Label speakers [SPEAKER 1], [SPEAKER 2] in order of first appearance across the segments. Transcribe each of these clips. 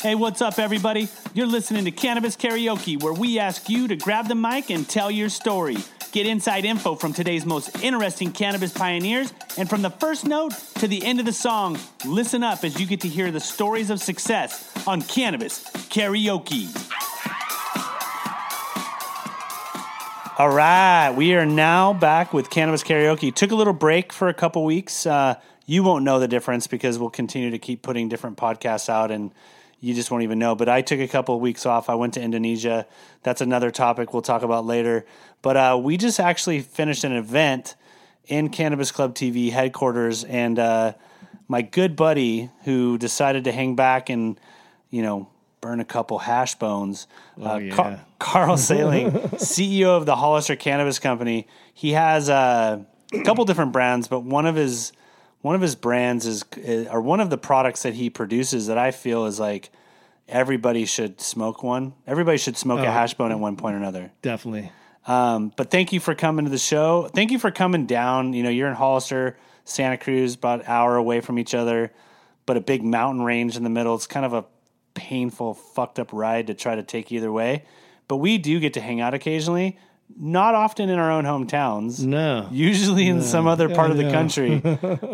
[SPEAKER 1] Hey, what's up, everybody? You're listening to Cannabis Karaoke, where we ask you to grab the mic and tell your story. Get inside info from today's most interesting cannabis pioneers, and from the first note to the end of the song, listen up as you get to hear the stories of success on Cannabis Karaoke. All right, we are now back with Cannabis Karaoke. Took a little break for a couple weeks. Uh, you won't know the difference because we'll continue to keep putting different podcasts out and you just won't even know. But I took a couple of weeks off. I went to Indonesia. That's another topic we'll talk about later. But uh, we just actually finished an event in Cannabis Club TV headquarters, and uh, my good buddy who decided to hang back and you know burn a couple hash bones, uh,
[SPEAKER 2] yeah.
[SPEAKER 1] Car- Carl Saling, CEO of the Hollister Cannabis Company, he has uh, a couple different brands, but one of his one of his brands is, is or one of the products that he produces that I feel is like everybody should smoke one. Everybody should smoke a hash bone at one point or another.
[SPEAKER 2] Definitely.
[SPEAKER 1] Um, but thank you for coming to the show. Thank you for coming down. You know, you're in Hollister, Santa Cruz, about an hour away from each other, but a big mountain range in the middle. It's kind of a painful, fucked up ride to try to take either way. But we do get to hang out occasionally, not often in our own hometowns
[SPEAKER 2] No.
[SPEAKER 1] usually in some other part of the
[SPEAKER 2] yeah.
[SPEAKER 1] country.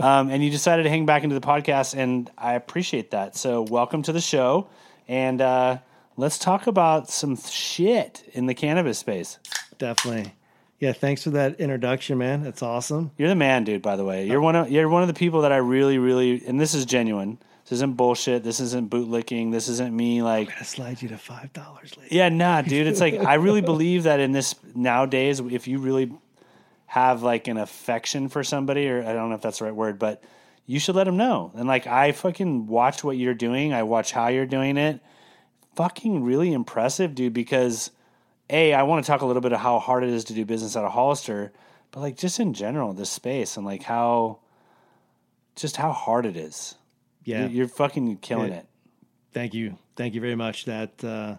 [SPEAKER 1] um, and you decided to hang back into the podcast, and I appreciate that. So, welcome to the show, and uh, let's talk about some shit in the cannabis space.
[SPEAKER 2] Definitely. Yeah, thanks for that introduction, man. That's awesome.
[SPEAKER 1] You're the man, dude. By the way, you're one of you're one of the people that I really, really, and this is genuine. This isn't bullshit. This isn't bootlicking. This isn't me like
[SPEAKER 2] I slide you to five dollars later.
[SPEAKER 1] Yeah, nah, dude. It's like I really believe that in this nowadays, if you really have like an affection for somebody, or I don't know if that's the right word, but you should let them know. And like I fucking watch what you're doing. I watch how you're doing it. Fucking really impressive, dude. Because a, I want to talk a little bit of how hard it is to do business out of Hollister, but like just in general, this space and like how just how hard it is.
[SPEAKER 2] Yeah.
[SPEAKER 1] You're fucking killing
[SPEAKER 2] Yeah.
[SPEAKER 1] it.
[SPEAKER 2] Thank you. Thank you very much. That uh,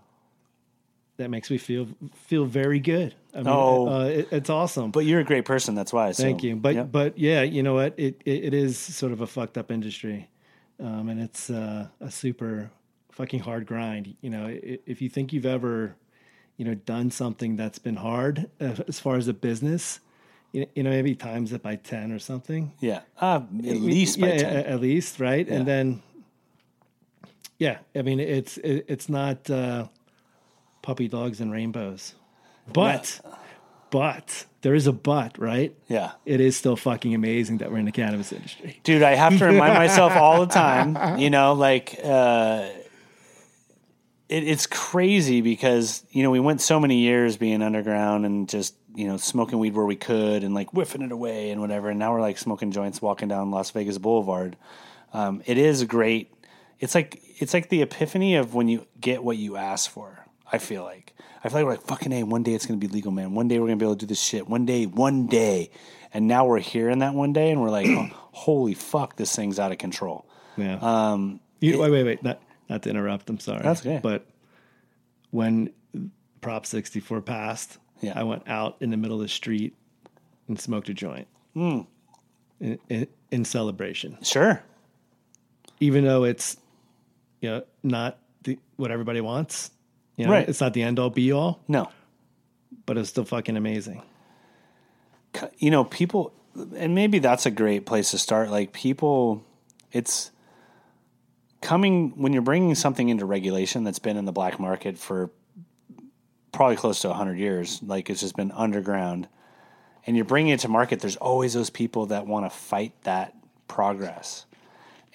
[SPEAKER 2] that makes me feel feel very good. I mean,
[SPEAKER 1] Oh.
[SPEAKER 2] uh, it, it's awesome.
[SPEAKER 1] But you're a great person. That's why. So,
[SPEAKER 2] Thank you. But
[SPEAKER 1] yeah.
[SPEAKER 2] but yeah, you know what? It, it it is sort of a fucked up industry, um, and it's uh, a super fucking hard grind. You know, i- if you think you've ever, you know, done something that's been hard uh, as far as a business, you you know, maybe times it by ten or something.
[SPEAKER 1] Yeah, uh, at least by
[SPEAKER 2] yeah,
[SPEAKER 1] ten.
[SPEAKER 2] a- at least right, and then yeah, I mean, it's it, it's not uh, puppy dogs and rainbows, but. But there is a but, right?
[SPEAKER 1] yeah,
[SPEAKER 2] it is still fucking amazing that we're in the cannabis industry.
[SPEAKER 1] dude, I have to remind myself all the time. You know, like uh, it, it's crazy because you know we went so many years being underground and just you know smoking weed where we could and like whiffing it away and whatever. And now we're like smoking joints walking down Las Vegas Boulevard. Um, it is great. It's like it's like the epiphany of when you get what you ask for. I feel like I feel like we're like fucking a. One day it's gonna be legal, man. One day we're gonna be able to do this shit. One day, one day, and now we're here in that one day, and we're like, oh, holy fuck, this thing's out of control.
[SPEAKER 2] Yeah. Um, wait, wait, wait. Not, not to interrupt. I'm sorry.
[SPEAKER 1] That's okay.
[SPEAKER 2] But when Prop 64 passed,
[SPEAKER 1] Yeah.
[SPEAKER 2] I went out in the middle of the street and smoked a joint
[SPEAKER 1] Hmm.
[SPEAKER 2] in, in, in celebration,
[SPEAKER 1] Sure,
[SPEAKER 2] even though it's you know not the, what everybody wants. You know,
[SPEAKER 1] Right.
[SPEAKER 2] It's not the end all be all,
[SPEAKER 1] no,
[SPEAKER 2] but it's still fucking amazing.
[SPEAKER 1] c- you know, people, and maybe that's a great place to start. Like people, it's coming when you're bringing something into regulation that's been in the black market for probably close to 100 years. Like it's just been underground, and you're bringing it to market. There's always those people that want to fight that progress,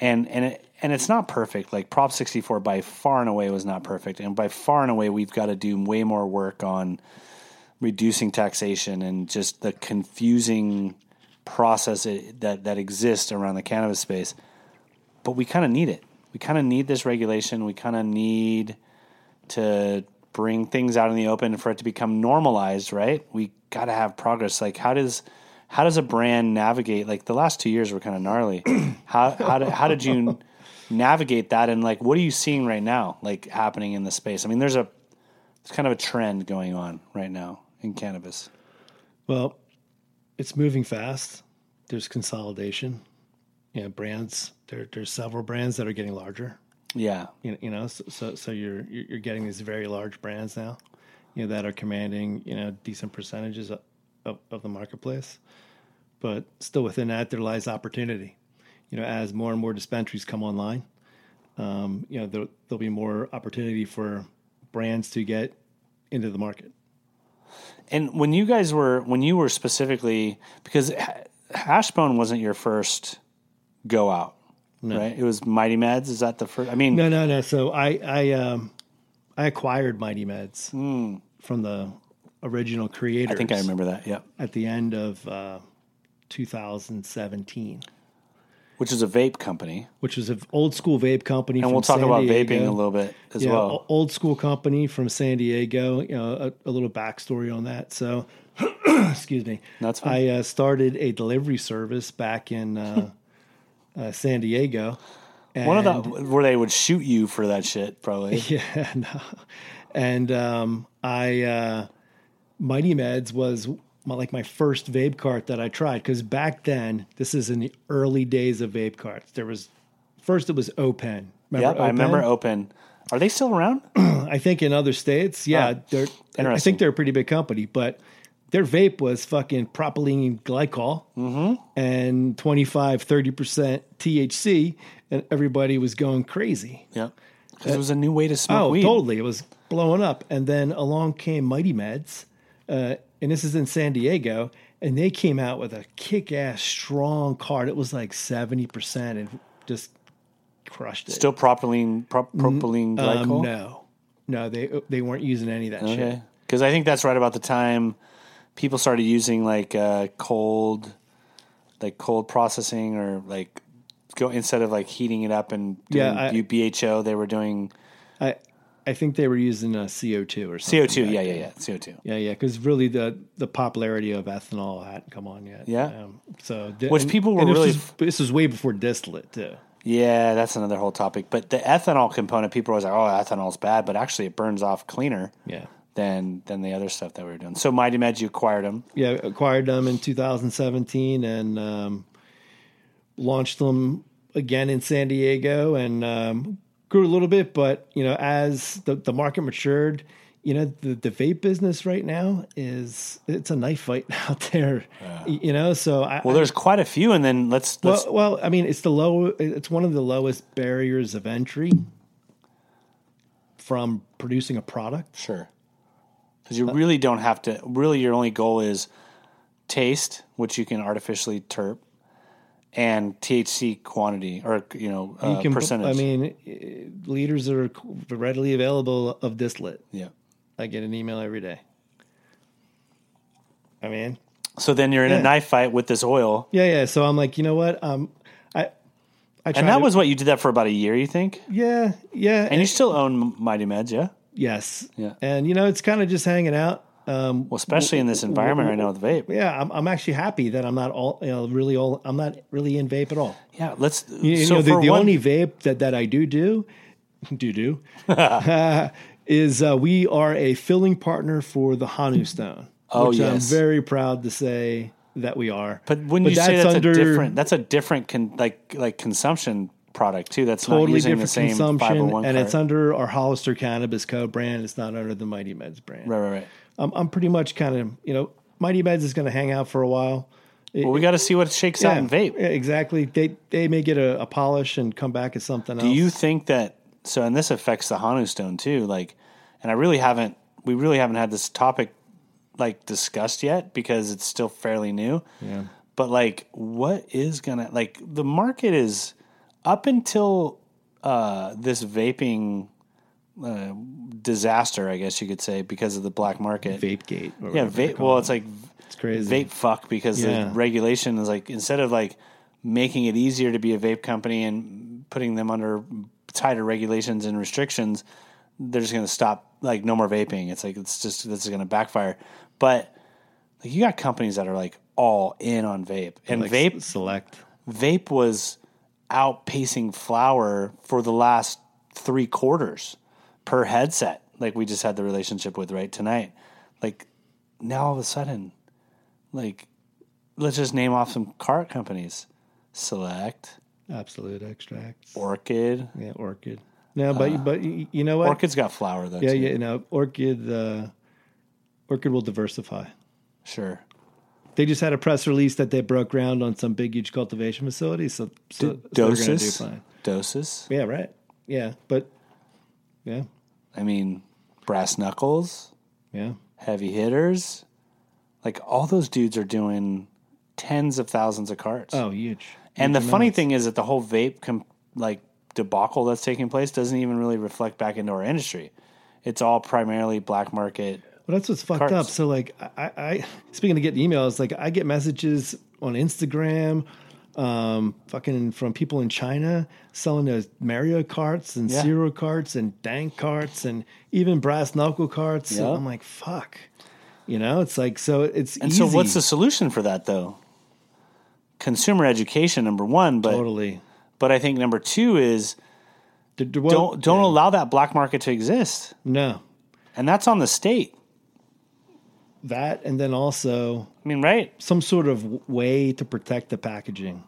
[SPEAKER 1] and and it. And it's not perfect. Like Prop 64 by far and away was not perfect. And by far and away, we've got to do way more work on reducing taxation and just the confusing process it, that that exists around the cannabis space. But we kind of need it. We kind of need this regulation. We kind of need to bring things out in the open for it to become normalized, right? We got to have progress. Like how does how does a brand navigate like the last 2 years were kind of gnarly. how how did, how did you navigate that and like what are you seeing right now like happening in the space? I mean, there's a it's kind of a trend going on right now in cannabis.
[SPEAKER 2] Well, it's moving fast. There's consolidation. You know, brands. There, there's several brands that are getting larger.
[SPEAKER 1] Yeah.
[SPEAKER 2] You, you know, so, so so you're you're you're getting these very large brands now, you know, that are commanding you know decent percentages of, of, of the marketplace, but still within that there lies opportunity. You know, as more and more dispensaries come online, um, you know there, there'll be more opportunity for brands to get into the market.
[SPEAKER 1] And when you guys were when you were specifically because Ha- Hashbone wasn't your first go out, right? It was Mighty Meds. Is that the first? I mean,
[SPEAKER 2] No, no, no. So I I um I acquired Mighty Meds from the original creator.
[SPEAKER 1] I think I remember that. Yeah,
[SPEAKER 2] at the end of uh, 2017,
[SPEAKER 1] which is a vape company,
[SPEAKER 2] which was an old school vape company.
[SPEAKER 1] and we'll talk about vaping a little bit as
[SPEAKER 2] yeah,
[SPEAKER 1] well.
[SPEAKER 2] o- old school company from San Diego. You know, a, a little backstory on that. So, excuse me.
[SPEAKER 1] That's fine.
[SPEAKER 2] I uh, started a delivery service back in uh, uh, San Diego.
[SPEAKER 1] One of
[SPEAKER 2] and-
[SPEAKER 1] the where they would shoot you for that shit, probably.
[SPEAKER 2] Yeah, no. and um, I uh, Mighty Meds was my, like my first vape cart that I tried because back then this is in the early days of vape carts. There was first it was Open. Remember
[SPEAKER 1] Yep, I remember
[SPEAKER 2] Open?
[SPEAKER 1] Open. Are they still around?
[SPEAKER 2] I think in other states, yeah,
[SPEAKER 1] Ah,
[SPEAKER 2] they're. I
[SPEAKER 1] interesting.
[SPEAKER 2] think they're a pretty big company, but their vape was fucking propylene glycol
[SPEAKER 1] Mm-hmm.
[SPEAKER 2] and 25, 30 percent THC, and everybody was going crazy.
[SPEAKER 1] yeah, because it was a new way to smoke
[SPEAKER 2] Oh,
[SPEAKER 1] weed.
[SPEAKER 2] totally. It was blowing up. And then along came Mighty Meds, uh, and this is in San Diego, and they came out with a kick ass strong card. It was like 70% and just crushed it.
[SPEAKER 1] Still propylene, prop, propylene glycol.
[SPEAKER 2] Mm, um, no. No, they they weren't using any of that shit.
[SPEAKER 1] Okay. Because I think that's right about the time people started using like uh, cold, like cold processing or like go instead of like heating it up and doing
[SPEAKER 2] Yeah, I-
[SPEAKER 1] B- BHO, they were doing
[SPEAKER 2] I I think they were using uh, CO2 or something.
[SPEAKER 1] CO2. Yeah, yeah, yeah. CO2.
[SPEAKER 2] Yeah, yeah, because really the the popularity of ethanol hadn't come on yet.
[SPEAKER 1] Yeah.
[SPEAKER 2] Um, so the-
[SPEAKER 1] Which
[SPEAKER 2] and-
[SPEAKER 1] people were
[SPEAKER 2] and this
[SPEAKER 1] really-
[SPEAKER 2] was- this was way before distillate too.
[SPEAKER 1] Yeah, that's another whole topic. But the ethanol component, people are always like, oh, ethanol's bad, but actually it burns off cleaner
[SPEAKER 2] Yeah.
[SPEAKER 1] than than the other stuff that we were doing. So Mighty Med, you acquired them.
[SPEAKER 2] yeah, acquired them in 2017 and um, launched them again in San Diego and um, grew a little bit. But you know, as the, the market matured, you know, the, the vape business right now is it's a knife fight out there. You know, so I,
[SPEAKER 1] Well, there's quite a few, and then let's let's
[SPEAKER 2] well, well, I mean, it's the low. It's one of the lowest barriers of entry from producing a product.
[SPEAKER 1] Sure. Because
[SPEAKER 2] Uh,
[SPEAKER 1] you really don't have to. Really, your only goal is taste, which you can artificially terp, and THC quantity or you know uh,
[SPEAKER 2] You can-
[SPEAKER 1] percentage.
[SPEAKER 2] I mean, eh, liters are readily available of distillate.
[SPEAKER 1] yeah.
[SPEAKER 2] I get an email every day. I mean,
[SPEAKER 1] So then you're in a
[SPEAKER 2] Yeah.
[SPEAKER 1] knife fight with this oil,
[SPEAKER 2] yeah, yeah. So I'm like, you know what? Um, I, I try
[SPEAKER 1] and that
[SPEAKER 2] to-
[SPEAKER 1] was what you did that for about a year, you think?
[SPEAKER 2] yeah, yeah,
[SPEAKER 1] And you still own Mighty Meds, yeah?
[SPEAKER 2] yes,
[SPEAKER 1] Yeah.
[SPEAKER 2] And you know, it's kind of just hanging out. Um,
[SPEAKER 1] Well, especially in this environment right now with vape.
[SPEAKER 2] yeah, I'm, I'm actually happy that I'm not all, you know, really all. I'm not really in vape at all.
[SPEAKER 1] Yeah, let's.
[SPEAKER 2] You, you
[SPEAKER 1] so
[SPEAKER 2] know, the,
[SPEAKER 1] for
[SPEAKER 2] the
[SPEAKER 1] one,
[SPEAKER 2] only vape that that I do do, do do, is uh, we are a filling partner for the Hanu Stone,
[SPEAKER 1] Oh,
[SPEAKER 2] which I'm
[SPEAKER 1] yes.
[SPEAKER 2] very proud to say that we are.
[SPEAKER 1] but when you say that's a different, that's a different con, like like consumption product too. That's not
[SPEAKER 2] totally
[SPEAKER 1] using
[SPEAKER 2] different
[SPEAKER 1] the same
[SPEAKER 2] consumption,
[SPEAKER 1] 501
[SPEAKER 2] and it's
[SPEAKER 1] card.
[SPEAKER 2] under our Hollister Cannabis Co. brand. It's not under the Mighty Meds brand.
[SPEAKER 1] right, right, right.
[SPEAKER 2] I'm, I'm pretty much kind of you know Mighty Meds is going to hang out for a while.
[SPEAKER 1] Well, we got to see what shakes out in vape.
[SPEAKER 2] Yeah, exactly. They they may get a, a polish and come back as something
[SPEAKER 1] Do
[SPEAKER 2] else.
[SPEAKER 1] you think that so and this affects the Hanu stone too, like and I really haven't we really haven't had this topic like discussed yet because it's still fairly new. Yeah. But like what is gonna like the market is up until uh this vaping uh, disaster, I guess you could say, because of the black market.
[SPEAKER 2] vape gate? or
[SPEAKER 1] yeah,
[SPEAKER 2] whatever they
[SPEAKER 1] vape
[SPEAKER 2] call
[SPEAKER 1] well
[SPEAKER 2] it.
[SPEAKER 1] it's like
[SPEAKER 2] it's crazy.
[SPEAKER 1] vape fuck because
[SPEAKER 2] Yeah.
[SPEAKER 1] the regulation is like instead of like making it easier to be a vape company and putting them under tighter regulations and restrictions, they're just going to stop like no more vaping. It's like it's just this is going to backfire. But like you got companies that are like all in on vape and
[SPEAKER 2] Like
[SPEAKER 1] vape
[SPEAKER 2] s- select.
[SPEAKER 1] vape was outpacing flower for the last three quarters per headset. Like we just had the relationship with right tonight. Like now all of a sudden, like let's just name off some cart companies: Select,
[SPEAKER 2] Absolute extracts.
[SPEAKER 1] Orchid,
[SPEAKER 2] yeah, orchid. No,
[SPEAKER 1] Uh,
[SPEAKER 2] but but y- you know what?
[SPEAKER 1] Orchid's got flower though.
[SPEAKER 2] yeah,
[SPEAKER 1] too.
[SPEAKER 2] yeah. No, orchid. Uh, orchid will diversify.
[SPEAKER 1] Sure.
[SPEAKER 2] They just had a press release that they broke ground on some big, huge cultivation facility. So, so, so they're going to do
[SPEAKER 1] Doses.
[SPEAKER 2] fine.
[SPEAKER 1] Doses.
[SPEAKER 2] Yeah, right. Yeah, but yeah,
[SPEAKER 1] I mean, brass knuckles,
[SPEAKER 2] yeah,
[SPEAKER 1] heavy hitters. Like all those dudes are doing tens of thousands of carts.
[SPEAKER 2] Oh, huge.
[SPEAKER 1] and the funny thing is that the whole vape com- like debacle that's taking place doesn't even really reflect back into our industry. It's all primarily black market.
[SPEAKER 2] Well, that's what's fucked
[SPEAKER 1] Carts.
[SPEAKER 2] up. So, like, I, I, I speaking of getting emails, like, I get messages on Instagram, um, fucking from people in China selling those Mario carts and
[SPEAKER 1] Yeah.
[SPEAKER 2] Zero carts and Dank carts and even brass knuckle carts. And
[SPEAKER 1] Yeah.
[SPEAKER 2] I'm like, fuck. You know, it's like so. It's
[SPEAKER 1] And so, what's the solution for that though? Consumer education, number one, but
[SPEAKER 2] totally?
[SPEAKER 1] but I think number two is
[SPEAKER 2] D- d- what-
[SPEAKER 1] don't don't allow that black market to exist,
[SPEAKER 2] no
[SPEAKER 1] and that's on the state.
[SPEAKER 2] that, and then also
[SPEAKER 1] I mean, right?
[SPEAKER 2] some sort of w- way to protect the packaging.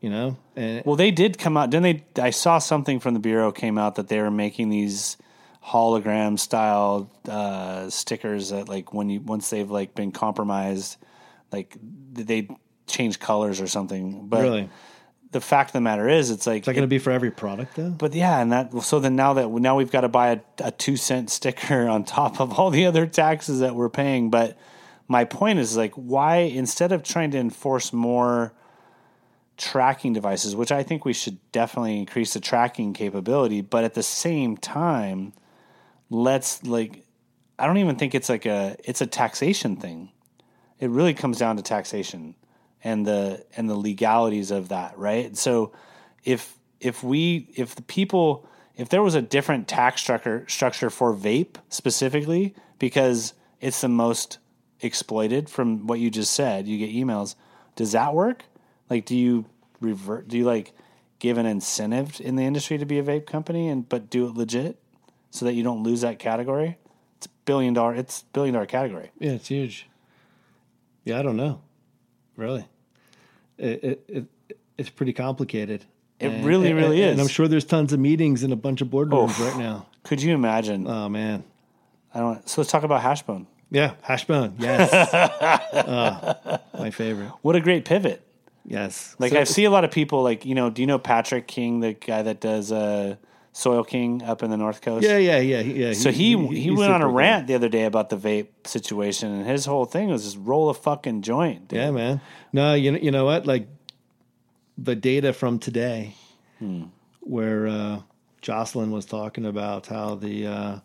[SPEAKER 2] You know, and
[SPEAKER 1] Well, they did come out, didn't they? I saw something from the bureau came out that they were making these hologram style uh, stickers that, like, when you once they've like been compromised, like they change colors or something. But
[SPEAKER 2] really, is
[SPEAKER 1] the fact of the matter is, it's like,
[SPEAKER 2] that going to be for every product though?
[SPEAKER 1] but yeah, and that so then now that now we've got to buy a, a two cent sticker on top of all the other taxes that we're paying. But my point is like, why instead of trying to enforce more tracking devices, which I think we should definitely increase the tracking capability, but at the same time, let's like, I don't even think it's like a it's a taxation thing. It really comes down to taxation and the and the legalities of that, right? So if if we if the people if there was a different tax structure structure for vape specifically because it's the most exploited from what you just said, you get emails. Does that work? Like do you revert do you like give an incentive in the industry to be a vape company and but do it legit so that you don't lose that category? It's a billion dollar it's a billion dollar category.
[SPEAKER 2] Yeah, it's huge. Yeah, I don't know. Really, it it, it it's pretty complicated.
[SPEAKER 1] It really, really
[SPEAKER 2] and,
[SPEAKER 1] is.
[SPEAKER 2] And I'm sure there's tons of meetings in a bunch of boardrooms right now.
[SPEAKER 1] Could you imagine?
[SPEAKER 2] Oh man,
[SPEAKER 1] I don't so let's talk about Hashbone.
[SPEAKER 2] yeah, Hashbone, yes, Oh, my favorite.
[SPEAKER 1] What a great pivot.
[SPEAKER 2] Yes,
[SPEAKER 1] Like
[SPEAKER 2] So-
[SPEAKER 1] I see a lot of people like, you know, do you know Patrick King, the guy that does uh Soil King up in the North Coast?
[SPEAKER 2] yeah, yeah, yeah, yeah.
[SPEAKER 1] So he he,
[SPEAKER 2] he's
[SPEAKER 1] went on a
[SPEAKER 2] super cool.
[SPEAKER 1] rant the other day about the vape situation and his whole thing was just roll a fucking joint. dude.
[SPEAKER 2] Yeah, man. No, you know, you know what? Like the data from today, where uh, Jocelyn was talking about how the uh,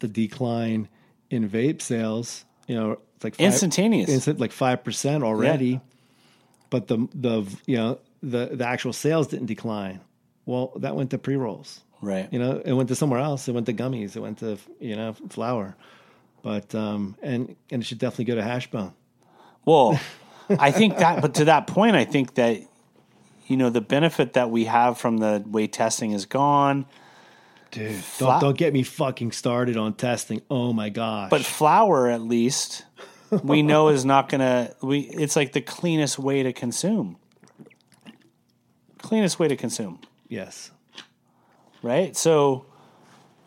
[SPEAKER 2] the decline in vape sales, you know, it's like five,
[SPEAKER 1] Instantaneous.
[SPEAKER 2] instant like five percent already. But the the you know the the actual sales didn't decline. Well, that went to pre rolls.
[SPEAKER 1] right.
[SPEAKER 2] You know, it went to somewhere else. It went to gummies. It went to you know flour. But um and and it should definitely go to hash bone.
[SPEAKER 1] Well, I think that, but to that point, I think that you know the benefit that we have from the way testing is gone.
[SPEAKER 2] Dude,
[SPEAKER 1] Fla-
[SPEAKER 2] don't, don't get me fucking started on testing. Oh my gosh.
[SPEAKER 1] But flour, at least, we know is not gonna. We it's like the cleanest way to consume. Cleanest way to consume,
[SPEAKER 2] yes.
[SPEAKER 1] right? So.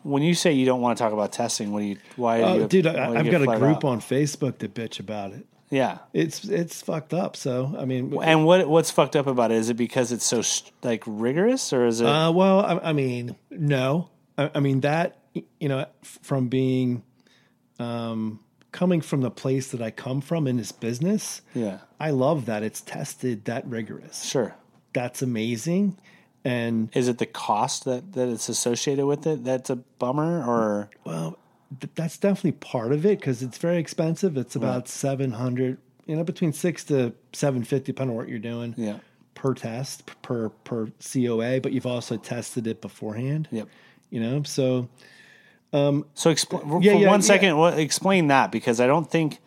[SPEAKER 1] When you say you don't want to talk about testing, what do you? Why? do
[SPEAKER 2] Oh,
[SPEAKER 1] you
[SPEAKER 2] dude,
[SPEAKER 1] why do
[SPEAKER 2] I,
[SPEAKER 1] you
[SPEAKER 2] I've
[SPEAKER 1] get
[SPEAKER 2] got a
[SPEAKER 1] flat
[SPEAKER 2] group
[SPEAKER 1] out?
[SPEAKER 2] on Facebook that bitch about it.
[SPEAKER 1] Yeah,
[SPEAKER 2] It's it's fucked up. So I mean,
[SPEAKER 1] and what what's fucked up about it? Is it because it's so st- like rigorous, or is it?
[SPEAKER 2] uh, well, I, I mean, no, I, I mean that you know, f- from being, um, coming from the place that I come from in this business,
[SPEAKER 1] yeah,
[SPEAKER 2] I love that it's tested that rigorous.
[SPEAKER 1] sure.
[SPEAKER 2] That's amazing, and
[SPEAKER 1] is it the cost that that it's associated with it that's a bummer or
[SPEAKER 2] Well, th- that's definitely part of it because it's very expensive. It's about seven hundred, you know, between six to seven fifty, depending on what you're doing
[SPEAKER 1] yeah
[SPEAKER 2] per test p- per per COA. But you've also tested it beforehand,
[SPEAKER 1] yep
[SPEAKER 2] you know. So
[SPEAKER 1] so expl-
[SPEAKER 2] Yeah,
[SPEAKER 1] for
[SPEAKER 2] yeah,
[SPEAKER 1] one
[SPEAKER 2] yeah.
[SPEAKER 1] second what, explain that because i don't think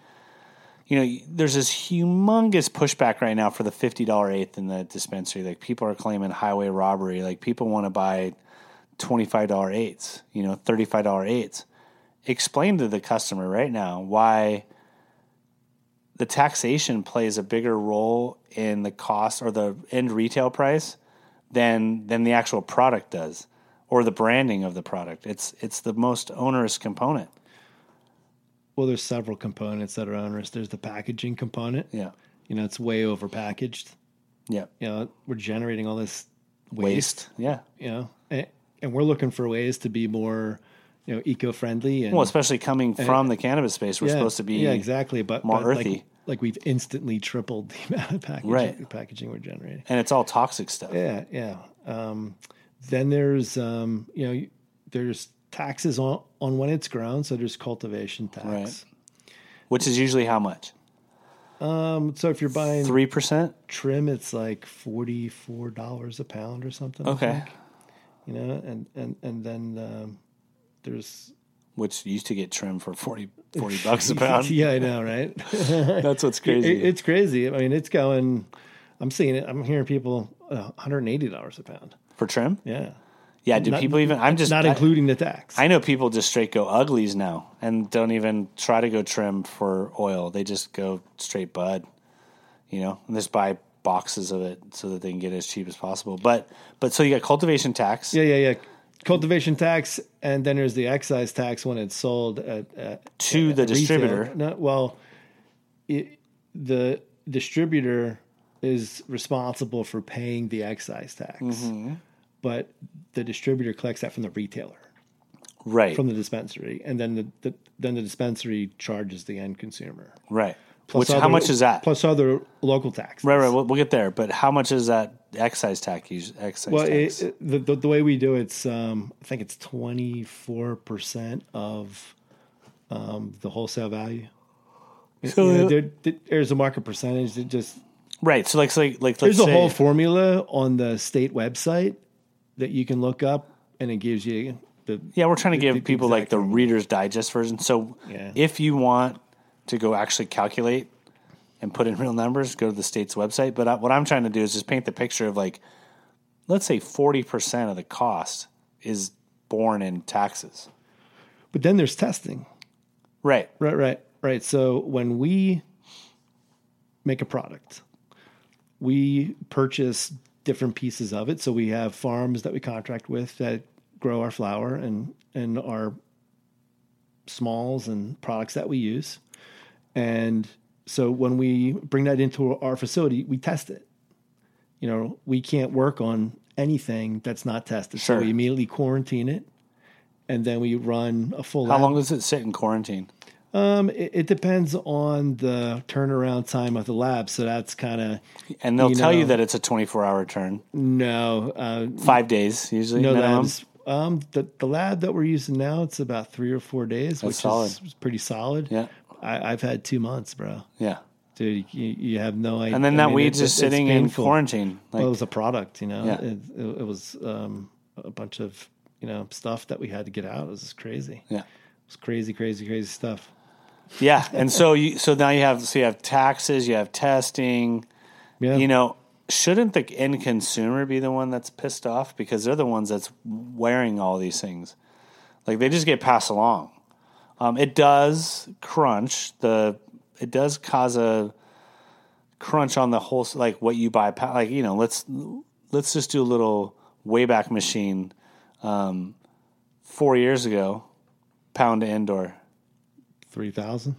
[SPEAKER 1] you know y- there's this humongous pushback right now for the $50 eighth in the dispensary like people are claiming highway robbery like people want to buy $25 eights you know $35 eights explain to the customer right now why the taxation plays a bigger role in the cost or the end retail price than than the actual product does. or the branding of the product. It's it's the most onerous component.
[SPEAKER 2] Well, there's several components that are onerous. There's the packaging component.
[SPEAKER 1] Yeah.
[SPEAKER 2] You know, it's way over packaged.
[SPEAKER 1] Yeah.
[SPEAKER 2] You know, we're generating all this
[SPEAKER 1] Waste.
[SPEAKER 2] waste.
[SPEAKER 1] Yeah.
[SPEAKER 2] You know, and, and we're looking for ways to be more, you know, eco-friendly and
[SPEAKER 1] Well, especially coming from the cannabis space, we're
[SPEAKER 2] yeah,
[SPEAKER 1] supposed to be
[SPEAKER 2] yeah exactly, but
[SPEAKER 1] more
[SPEAKER 2] but Like,
[SPEAKER 1] earthy.
[SPEAKER 2] like we've instantly tripled the amount of packaging,
[SPEAKER 1] Right.
[SPEAKER 2] packaging we're generating.
[SPEAKER 1] and it's all toxic stuff.
[SPEAKER 2] Yeah, yeah. Um, then there's um, you know there's taxes on on when it's grown, so there's cultivation tax.
[SPEAKER 1] Right. Which is usually how much?
[SPEAKER 2] Um, so if you're buying
[SPEAKER 1] Three percent?
[SPEAKER 2] trim, it's like forty four dollars a pound or something. I
[SPEAKER 1] Okay.
[SPEAKER 2] think. you know, and and and then um, there's
[SPEAKER 1] Which used to get trimmed for 40, 40 bucks a pound.
[SPEAKER 2] yeah, I know, right?
[SPEAKER 1] That's what's crazy.
[SPEAKER 2] It- it's crazy. I mean, it's going. I'm seeing it. I'm hearing people uh, one hundred and eighty dollars a pound.
[SPEAKER 1] for trim?
[SPEAKER 2] Yeah,
[SPEAKER 1] Yeah, do
[SPEAKER 2] Not-
[SPEAKER 1] people even I'm just
[SPEAKER 2] not
[SPEAKER 1] I,
[SPEAKER 2] including the tax.
[SPEAKER 1] I know people just straight go uglies now and don't even try to go trim for oil. They just go straight bud, you know, and just buy boxes of it so that they can get it as cheap as possible. But but so you got cultivation tax.
[SPEAKER 2] Yeah, yeah, yeah. Cultivation tax, and then there's the excise tax when it's sold at, at
[SPEAKER 1] To the
[SPEAKER 2] at retail.
[SPEAKER 1] distributor.
[SPEAKER 2] No, well, it, the distributor is responsible for paying the excise tax,
[SPEAKER 1] Mm-hmm.
[SPEAKER 2] but the distributor collects that from the retailer,
[SPEAKER 1] Right.
[SPEAKER 2] from the dispensary, and then the, the then the dispensary charges the end consumer.
[SPEAKER 1] right.
[SPEAKER 2] Plus
[SPEAKER 1] Which how
[SPEAKER 2] other-
[SPEAKER 1] much is that?
[SPEAKER 2] Plus other local taxes.
[SPEAKER 1] Right, right. We'll, we'll get there. But how much is that excise tax? us- Excise
[SPEAKER 2] Well,
[SPEAKER 1] tax.
[SPEAKER 2] it, it- the, the the way we do it's um, I think it's twenty four percent of um, the wholesale value.
[SPEAKER 1] So
[SPEAKER 2] You know,
[SPEAKER 1] the-
[SPEAKER 2] there- there- there's a market percentage that just
[SPEAKER 1] right. So like, so like, like let's
[SPEAKER 2] there's a
[SPEAKER 1] say,
[SPEAKER 2] whole formula on the state website that you can look up, and it gives you the
[SPEAKER 1] yeah, we're trying to give
[SPEAKER 2] the
[SPEAKER 1] people like
[SPEAKER 2] exact
[SPEAKER 1] the Reader's Digest version. So
[SPEAKER 2] Yeah.
[SPEAKER 1] if you want to go actually calculate and put in real numbers, go to the state's website. But I, what I'm trying to do is just paint the picture of like, let's say 40% of the cost is borne in taxes.
[SPEAKER 2] But then there's testing.
[SPEAKER 1] Right.
[SPEAKER 2] Right, right, right. So when we make a product, we purchase different pieces of it. So we have farms that we contract with that grow our flour and and our smalls and products that we use. And so when we bring that into our facility, we test it. You know, we can't work on anything that's not tested.
[SPEAKER 1] Sure.
[SPEAKER 2] So we immediately quarantine it and then we run a full
[SPEAKER 1] How
[SPEAKER 2] lab
[SPEAKER 1] long does it sit in quarantine?
[SPEAKER 2] um, it, it depends on the turnaround time of the lab, so that's kind of
[SPEAKER 1] And they'll
[SPEAKER 2] You
[SPEAKER 1] tell you
[SPEAKER 2] know-
[SPEAKER 1] that it's a 24 hour turn,
[SPEAKER 2] no, uh,
[SPEAKER 1] five days usually.
[SPEAKER 2] no
[SPEAKER 1] minimum.
[SPEAKER 2] labs. Um, the the lab that we're using now, it's about three or four days, which is
[SPEAKER 1] solid.
[SPEAKER 2] pretty solid.
[SPEAKER 1] Yeah.
[SPEAKER 2] I, I've had two months, bro.
[SPEAKER 1] Yeah.
[SPEAKER 2] Dude, you, you have no idea.
[SPEAKER 1] And then
[SPEAKER 2] I
[SPEAKER 1] that
[SPEAKER 2] mean,
[SPEAKER 1] weed's
[SPEAKER 2] it's-
[SPEAKER 1] just
[SPEAKER 2] it's
[SPEAKER 1] sitting in
[SPEAKER 2] painful.
[SPEAKER 1] quarantine. Like,
[SPEAKER 2] Well, it was a product, you know.
[SPEAKER 1] Yeah.
[SPEAKER 2] It, it, it was um, a bunch of you know stuff that we had to get out. It was crazy.
[SPEAKER 1] yeah,
[SPEAKER 2] It was crazy, crazy, crazy stuff.
[SPEAKER 1] yeah. And so you, so now you have, so you have taxes, you have testing.
[SPEAKER 2] Yeah.
[SPEAKER 1] You know, shouldn't the end consumer be the one that's pissed off because they're the ones that's wearing all these things? Like they just get passed along. Um, it does crunch the. It does cause a crunch on the whole, like what you buy. pa- Like you know, let's let's just do a little wayback machine. Um, four years ago, pound to indoor
[SPEAKER 2] three thousand.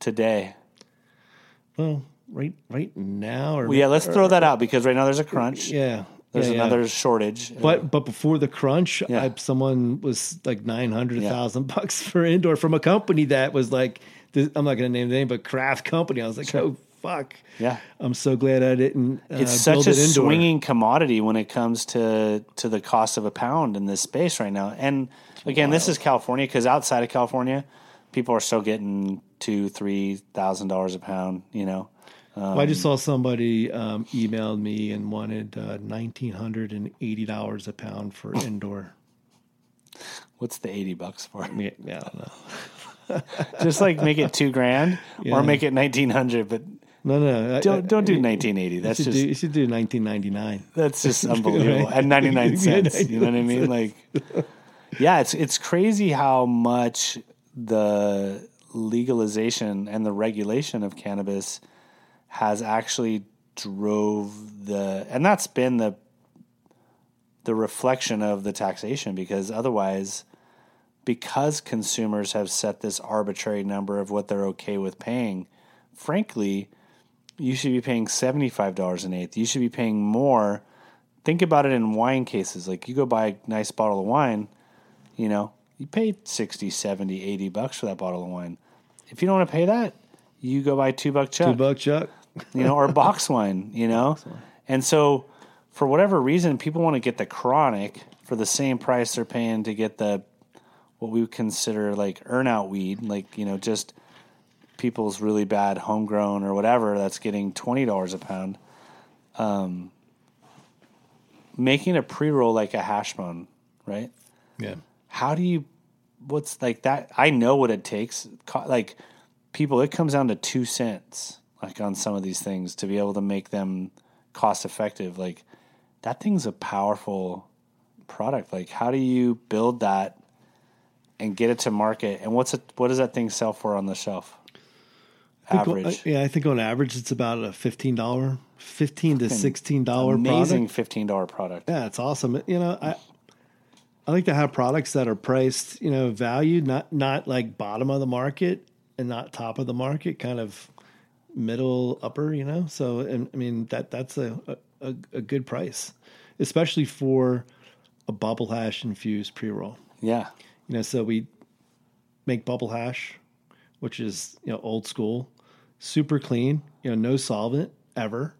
[SPEAKER 1] today.
[SPEAKER 2] Well, right, right now, or
[SPEAKER 1] Well, yeah, let's throw that out because right now there's a crunch.
[SPEAKER 2] Yeah.
[SPEAKER 1] There's
[SPEAKER 2] yeah, yeah.
[SPEAKER 1] another shortage.
[SPEAKER 2] But but before the crunch,
[SPEAKER 1] Yeah.
[SPEAKER 2] I, someone was like nine hundred thousand bucks for indoor from a company that was like this, I'm not going to name the name, but craft company. I was like, oh fuck,
[SPEAKER 1] Yeah.
[SPEAKER 2] I'm so glad I didn't. Uh,
[SPEAKER 1] it's such
[SPEAKER 2] build
[SPEAKER 1] a
[SPEAKER 2] it indoor.
[SPEAKER 1] swinging commodity when it comes to to the cost of a pound in this space right now. And again, this is California because outside of California, people are still getting two, three thousand dollars a pound. You know,
[SPEAKER 2] Well, I just saw somebody um, emailed me and wanted uh, nineteen hundred and eighty dollars a pound for indoor.
[SPEAKER 1] what's the eighty bucks for?
[SPEAKER 2] Yeah, yeah, I don't know.
[SPEAKER 1] Just like make it two grand or make it nineteen hundred, but
[SPEAKER 2] no, no, I-
[SPEAKER 1] don't
[SPEAKER 2] I-
[SPEAKER 1] don't do
[SPEAKER 2] you
[SPEAKER 1] nineteen eighty. That's
[SPEAKER 2] should
[SPEAKER 1] just
[SPEAKER 2] do- you should do nineteen ninety nine.
[SPEAKER 1] That's just unbelievable. At 99 cents, you know what I mean? Like Yeah, it's it's crazy how much the legalization and the regulation of cannabis has actually drove the and that's been the the reflection of the taxation because otherwise because consumers have set this arbitrary number of what they're okay with paying frankly you should be paying $75 an eighth you should be paying more think about it in wine cases like you go buy a nice bottle of wine you know you pay 60 70 80 bucks for that bottle of wine if you don't want to pay that you go buy two buck chuck
[SPEAKER 2] Two buck chuck.
[SPEAKER 1] you know, or box wine, you know? And so, for whatever reason, people want to get the chronic for the same price they're paying to get the what we would consider like earnout weed, like, you know, just people's really bad homegrown or whatever that's getting $20 a pound. Um, making a pre roll like a hash bun, right?
[SPEAKER 2] Yeah.
[SPEAKER 1] how do you what's like that i know what it takes Co- like people it comes down to two cents like on some of these things to be able to make them cost effective like that thing's a powerful product like how do you build that and get it to market and what's it what does that thing sell for on the shelf
[SPEAKER 2] I think-
[SPEAKER 1] average
[SPEAKER 2] uh, yeah, I think on average it's about a fifteen dollar, fifteen to sixteen dollar
[SPEAKER 1] amazing
[SPEAKER 2] product.
[SPEAKER 1] $15 product
[SPEAKER 2] Yeah, it's awesome. You know, I I like to have products that are priced, you know, valued, not not like bottom of the market and not top of the market, kind of middle upper. You know, so and I mean that that's a a, a- a good price, especially for a bubble hash infused pre roll.
[SPEAKER 1] yeah
[SPEAKER 2] You know, so we make bubble hash, which is you know old school, super clean. You know, no solvent ever.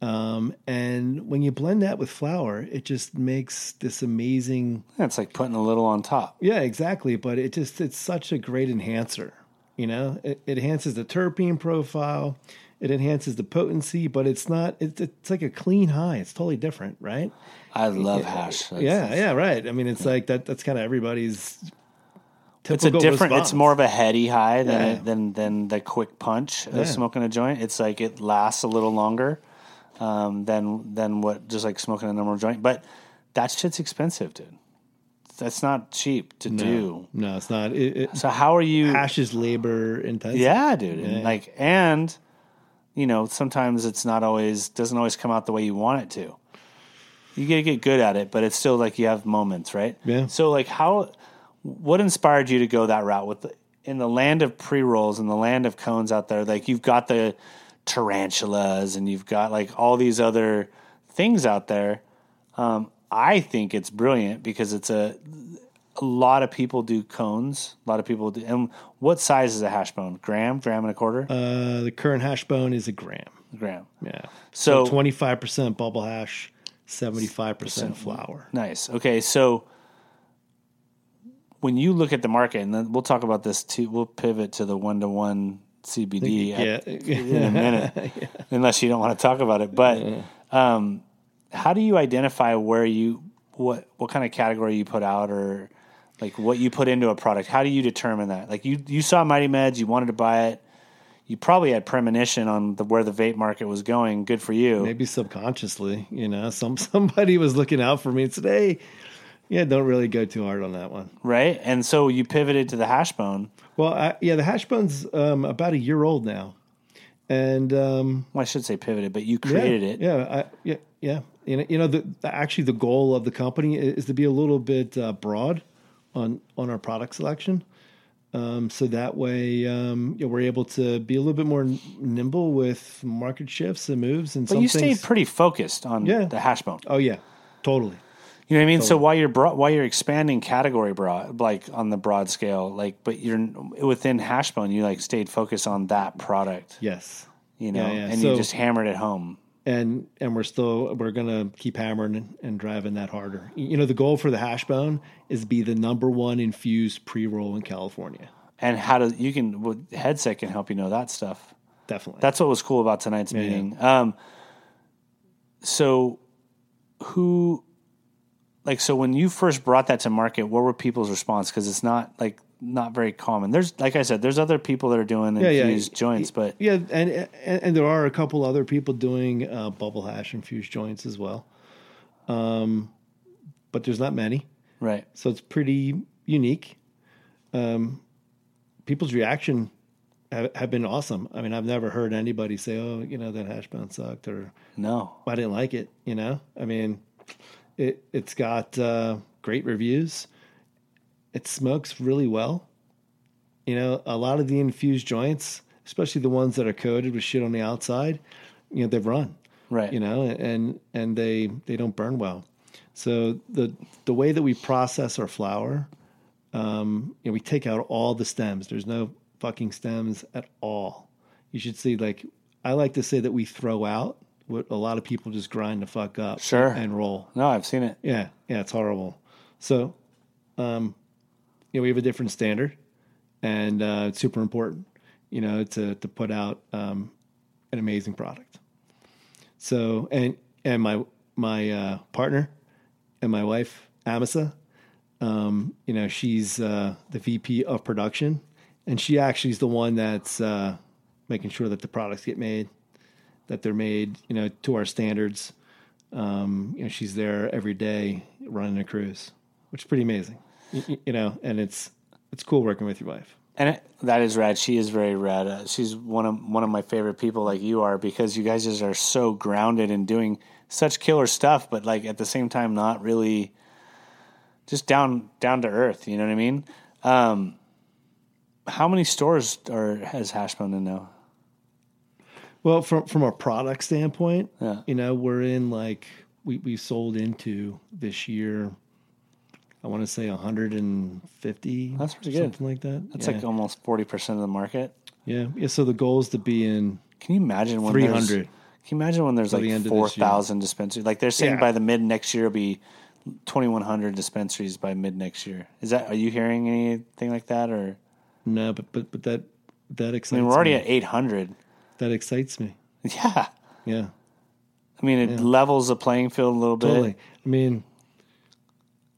[SPEAKER 2] Um, and when you blend that with flour, it just makes this amazing.
[SPEAKER 1] that's like putting a little on top
[SPEAKER 2] Yeah, exactly. But it just it's such a great enhancer. You know, it, it enhances the terpene profile. It enhances the potency, but it's not. It's, it's like a clean high. It's totally different, right?
[SPEAKER 1] i love hash That's-
[SPEAKER 2] yeah, yeah, right. I mean, it's like that. That's kind of everybody's.
[SPEAKER 1] it's a
[SPEAKER 2] typical
[SPEAKER 1] different
[SPEAKER 2] response.
[SPEAKER 1] it's more of a heady high than
[SPEAKER 2] Yeah.
[SPEAKER 1] than than the quick punch
[SPEAKER 2] Yeah.
[SPEAKER 1] of smoking a joint it's like it lasts a little longer um, than than what just like smoking a normal joint but that shit's expensive dude that's not cheap to do
[SPEAKER 2] No, it's not. It, it,
[SPEAKER 1] so how are you
[SPEAKER 2] hash is labor intensive.
[SPEAKER 1] yeah dude and like and you know sometimes it's not always doesn't always come out the way you want it to you gotta get good at it but it's still like you have moments right
[SPEAKER 2] Yeah.
[SPEAKER 1] so like how what inspired you to go that route with the, in the land of pre-rolls and the land of cones out there like you've got the tarantulas and you've got like all these other things out there um, i think it's brilliant because it's a a lot of people do cones a lot of people do and what size is a hash bone gram gram and a quarter
[SPEAKER 2] Uh, the current hash bone is a gram.
[SPEAKER 1] gram
[SPEAKER 2] Yeah.
[SPEAKER 1] so,
[SPEAKER 2] Twenty five percent bubble hash, seventy five percent flour.
[SPEAKER 1] Nice. Okay, so when you look at the market, and then we'll talk about this too. We'll pivot to the one to one CBD at-
[SPEAKER 2] Yeah.
[SPEAKER 1] in a minute, unless you don't want to talk about it. But um, how do you identify where you what what kind of category you put out or like what you put into a product? How do you determine that? Like you you saw Mighty Meds, you wanted to buy it. You probably had premonition on the, where the vape market was going. Good for you.
[SPEAKER 2] Maybe subconsciously, you know, some somebody was looking out for me and said, "Hey, yeah, don't really go too hard on that one."
[SPEAKER 1] right? And so you pivoted to the hash bone.
[SPEAKER 2] Well, I, yeah, the hash bone's um, about a year old now, and um,
[SPEAKER 1] Well, I should say pivoted, but you
[SPEAKER 2] Yeah,
[SPEAKER 1] created it.
[SPEAKER 2] Yeah, I, yeah, yeah. You know, you know the, the- actually, the goal of the company i- is to be a little bit uh, broad on on our product selection, um, so that way um, you know, we're able to be a little bit more n- nimble with market shifts and moves and
[SPEAKER 1] But
[SPEAKER 2] some
[SPEAKER 1] you
[SPEAKER 2] things.
[SPEAKER 1] stayed pretty focused on
[SPEAKER 2] Yeah.
[SPEAKER 1] the hash bone.
[SPEAKER 2] oh yeah, totally.
[SPEAKER 1] You know what I mean? So while you're broad, while you're expanding category broad, like on the broad scale, like but you're within hash bone, you like stayed focused on that product.
[SPEAKER 2] Yes,
[SPEAKER 1] You know,
[SPEAKER 2] Yeah, yeah.
[SPEAKER 1] and you
[SPEAKER 2] So-
[SPEAKER 1] just hammered it home.
[SPEAKER 2] and and we're still we're gonna keep hammering and, and driving that harder. You know, the goal for the hash bone is be the number one infused pre roll in California.
[SPEAKER 1] And how to you can well, headset can help you know that stuff.
[SPEAKER 2] Definitely.
[SPEAKER 1] That's what was cool about tonight's meeting. Um, so who, like, so when you first brought that to market, what were people's response? Because it's not like not very common. There's, like I said, there's other people that are doing
[SPEAKER 2] yeah.
[SPEAKER 1] infused joints, but
[SPEAKER 2] Yeah, and, and and there are a couple other people doing uh, bubble hash infused joints as well, um, but there's not many,
[SPEAKER 1] right,
[SPEAKER 2] so it's pretty unique. Um, people's reaction have, have been awesome. I mean, I've never heard anybody say, "Oh, you know, that hash brown sucked," or
[SPEAKER 1] no,
[SPEAKER 2] "I didn't like it." You know, I mean, It it's got uh, great reviews. It smokes really well. You know, a lot of the infused joints, especially the ones that are coated with shit on the outside, you know, they've run.
[SPEAKER 1] Right.
[SPEAKER 2] You know, and and they they don't burn well. So the the way that we process our flour, um, you know, we take out all the stems. There's no fucking stems at all. You should see like I like to say that we throw out what a lot of people just grind the fuck up
[SPEAKER 1] Sure.
[SPEAKER 2] and roll.
[SPEAKER 1] No, I've seen it.
[SPEAKER 2] Yeah, yeah, it's horrible. So, um, you know, we have a different standard, and uh, it's super important, you know, to to put out um, an amazing product. So, and and my my uh, partner and my wife Amisa, um, you know, she's uh, the VP of production, and she actually is the one that's uh, making sure that the products get made, that they're made, you know, to our standards you know, she's there every day running a cruise, which is pretty amazing. Y- y- You, know, and it's it's cool working with your wife.
[SPEAKER 1] And it, that is rad. She is very rad. Uh, she's one of one of my favorite people, like you are, because you guys just are so grounded in doing such killer stuff, but like at the same time, not really just down down to earth. You know what I mean? Um, how many stores are has Hashbone in now?
[SPEAKER 2] Well, from from a product standpoint,
[SPEAKER 1] Yeah.
[SPEAKER 2] you know, we're in like we we sold into this year. I want to say 150.
[SPEAKER 1] That's pretty good.
[SPEAKER 2] Something like that.
[SPEAKER 1] That's
[SPEAKER 2] yeah.
[SPEAKER 1] like almost forty percent of the market.
[SPEAKER 2] yeah. yeah. So the goal is to be in
[SPEAKER 1] Can you imagine when there's-
[SPEAKER 2] 300.
[SPEAKER 1] Can you imagine when there's
[SPEAKER 2] the
[SPEAKER 1] like
[SPEAKER 2] end of this
[SPEAKER 1] four thousand dispensaries? Like they're saying
[SPEAKER 2] Yeah.
[SPEAKER 1] by the mid next year it'll be twenty one hundred dispensaries by mid next year. Is that are you hearing anything like that or
[SPEAKER 2] No, but but but that that excites
[SPEAKER 1] I mean we're already
[SPEAKER 2] me.
[SPEAKER 1] at eight hundred.
[SPEAKER 2] that excites me.
[SPEAKER 1] Yeah.
[SPEAKER 2] Yeah.
[SPEAKER 1] I mean it levels the playing field a little bit.
[SPEAKER 2] Totally. I mean,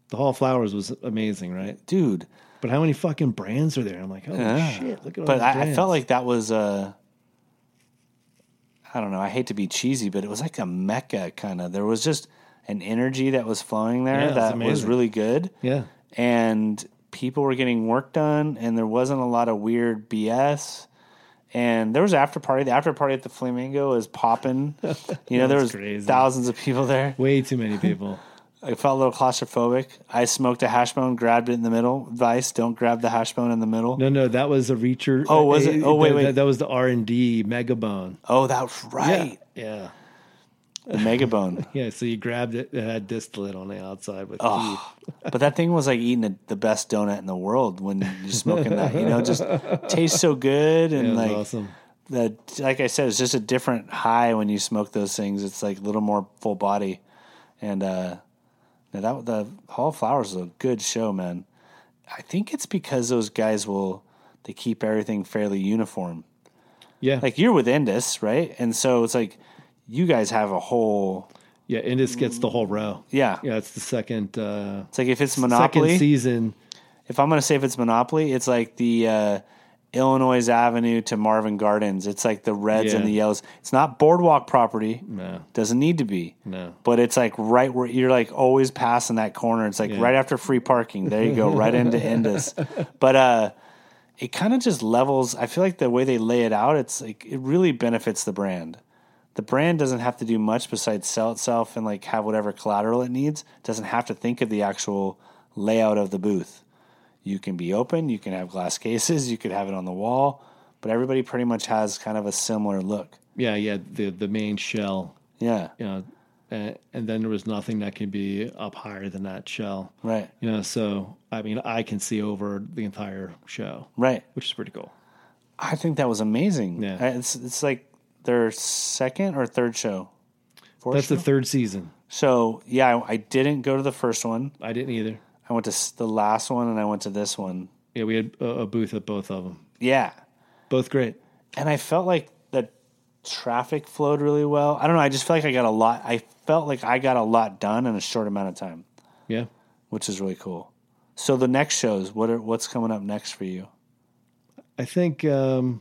[SPEAKER 2] the Hall of Flowers was amazing, right?
[SPEAKER 1] Dude.
[SPEAKER 2] But how many fucking brands are there? I'm like, oh shit, look at all
[SPEAKER 1] But
[SPEAKER 2] these
[SPEAKER 1] I, I
[SPEAKER 2] brands.
[SPEAKER 1] felt like that was uh I don't know, I hate to be cheesy, but it was like a mecca kinda. There was just an energy that was flowing there
[SPEAKER 2] Yeah, it's
[SPEAKER 1] that was
[SPEAKER 2] amazing.
[SPEAKER 1] really good.
[SPEAKER 2] yeah,
[SPEAKER 1] and people were getting work done and there wasn't a lot of weird BS. And there was after party. The after party at the Flamingo was popping. You know, there was
[SPEAKER 2] That's crazy.
[SPEAKER 1] thousands of people there.
[SPEAKER 2] way too many people.
[SPEAKER 1] I felt a little claustrophobic. I smoked a hash bone, grabbed it in the middle. Vice, don't grab the hash bone in the middle.
[SPEAKER 2] No, no, that was a reacher.
[SPEAKER 1] Oh, was
[SPEAKER 2] uh,
[SPEAKER 1] it? Oh, wait,
[SPEAKER 2] that,
[SPEAKER 1] wait.
[SPEAKER 2] That, that was the R and D Megabone.
[SPEAKER 1] Oh, that's right.
[SPEAKER 2] yeah,
[SPEAKER 1] The mega bone.
[SPEAKER 2] yeah. So you grabbed it. It had distillate on the outside with teeth.
[SPEAKER 1] but that thing was like eating a, the best donut in the world when you're smoking that. You know, just tastes so good and
[SPEAKER 2] It was
[SPEAKER 1] like
[SPEAKER 2] awesome.
[SPEAKER 1] the like I said, it's just a different high when you smoke those things. It's like a little more full body, and uh, now that the Hall of Flowers is a good show, man. I think it's because those guys will they keep everything fairly uniform.
[SPEAKER 2] Yeah,
[SPEAKER 1] Like you're with Indus, right? And so it's like you guys have a whole
[SPEAKER 2] yeah. Indus gets the whole row.
[SPEAKER 1] yeah.
[SPEAKER 2] yeah. It's the second uh,
[SPEAKER 1] It's like if it's
[SPEAKER 2] second
[SPEAKER 1] Monopoly,
[SPEAKER 2] season.
[SPEAKER 1] if I'm gonna say if it's Monopoly, it's like the uh, Illinois Avenue to Marvin Gardens. It's like the reds and
[SPEAKER 2] Yeah.
[SPEAKER 1] the yellows. It's not boardwalk property.
[SPEAKER 2] No,
[SPEAKER 1] Doesn't need to be.
[SPEAKER 2] no.
[SPEAKER 1] But it's like right where you're like always passing that corner. It's like right after free parking. There you go, right into Indus. But uh it kind of just levels I feel like the way they lay it out, it's like it really benefits the brand. The brand doesn't have to do much besides sell itself and like have whatever collateral it needs. It doesn't have to think of the actual layout of the booth. You can be open, you can have glass cases, you could have it on the wall, but everybody pretty much has kind of a similar look.
[SPEAKER 2] Yeah, yeah. The the main shell.
[SPEAKER 1] Yeah.
[SPEAKER 2] You know, and, and then there was nothing that could be up higher than that shell.
[SPEAKER 1] Right.
[SPEAKER 2] You know, so I mean, I can see over the entire show,
[SPEAKER 1] Right.
[SPEAKER 2] which is pretty cool.
[SPEAKER 1] I think that was amazing.
[SPEAKER 2] Yeah.
[SPEAKER 1] I- It's it's like their second or third show. Fourth
[SPEAKER 2] That's
[SPEAKER 1] show?
[SPEAKER 2] the third season.
[SPEAKER 1] so yeah, I, I didn't go to the first one.
[SPEAKER 2] I didn't either.
[SPEAKER 1] I went to s- the last one and I went to this one.
[SPEAKER 2] Yeah, we had a, a booth at both of them.
[SPEAKER 1] Yeah,
[SPEAKER 2] Both great.
[SPEAKER 1] and I felt like the traffic flowed really well. I don't know. I just felt like I got a lot. I felt like I got a lot done in a short amount of time,
[SPEAKER 2] Yeah.
[SPEAKER 1] which is really cool. So the next shows, what are what's coming up next for you?
[SPEAKER 2] I think um,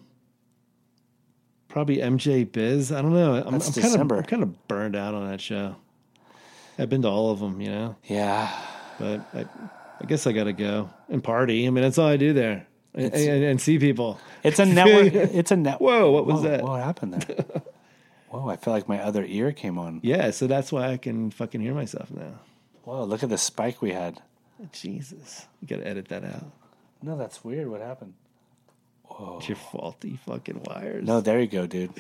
[SPEAKER 2] probably MJ Biz. I don't know. I'm,
[SPEAKER 1] That's
[SPEAKER 2] I'm kind of
[SPEAKER 1] December.
[SPEAKER 2] I'm kind of burned out on that show. I've been to all of them, you know,
[SPEAKER 1] Yeah,
[SPEAKER 2] but I, I guess I got to go and party. I mean, that's all I do there and, and, and see people.
[SPEAKER 1] it's a network. It's a network.
[SPEAKER 2] Whoa, what was that?
[SPEAKER 1] What happened there? Whoa, I feel like my other ear came on.
[SPEAKER 2] Yeah, so that's why I can fucking hear myself now.
[SPEAKER 1] Whoa, look at the spike we had.
[SPEAKER 2] Jesus, you gotta edit that out.
[SPEAKER 1] No, that's weird. What happened?
[SPEAKER 2] It's your faulty fucking wires.
[SPEAKER 1] No, there you go, dude.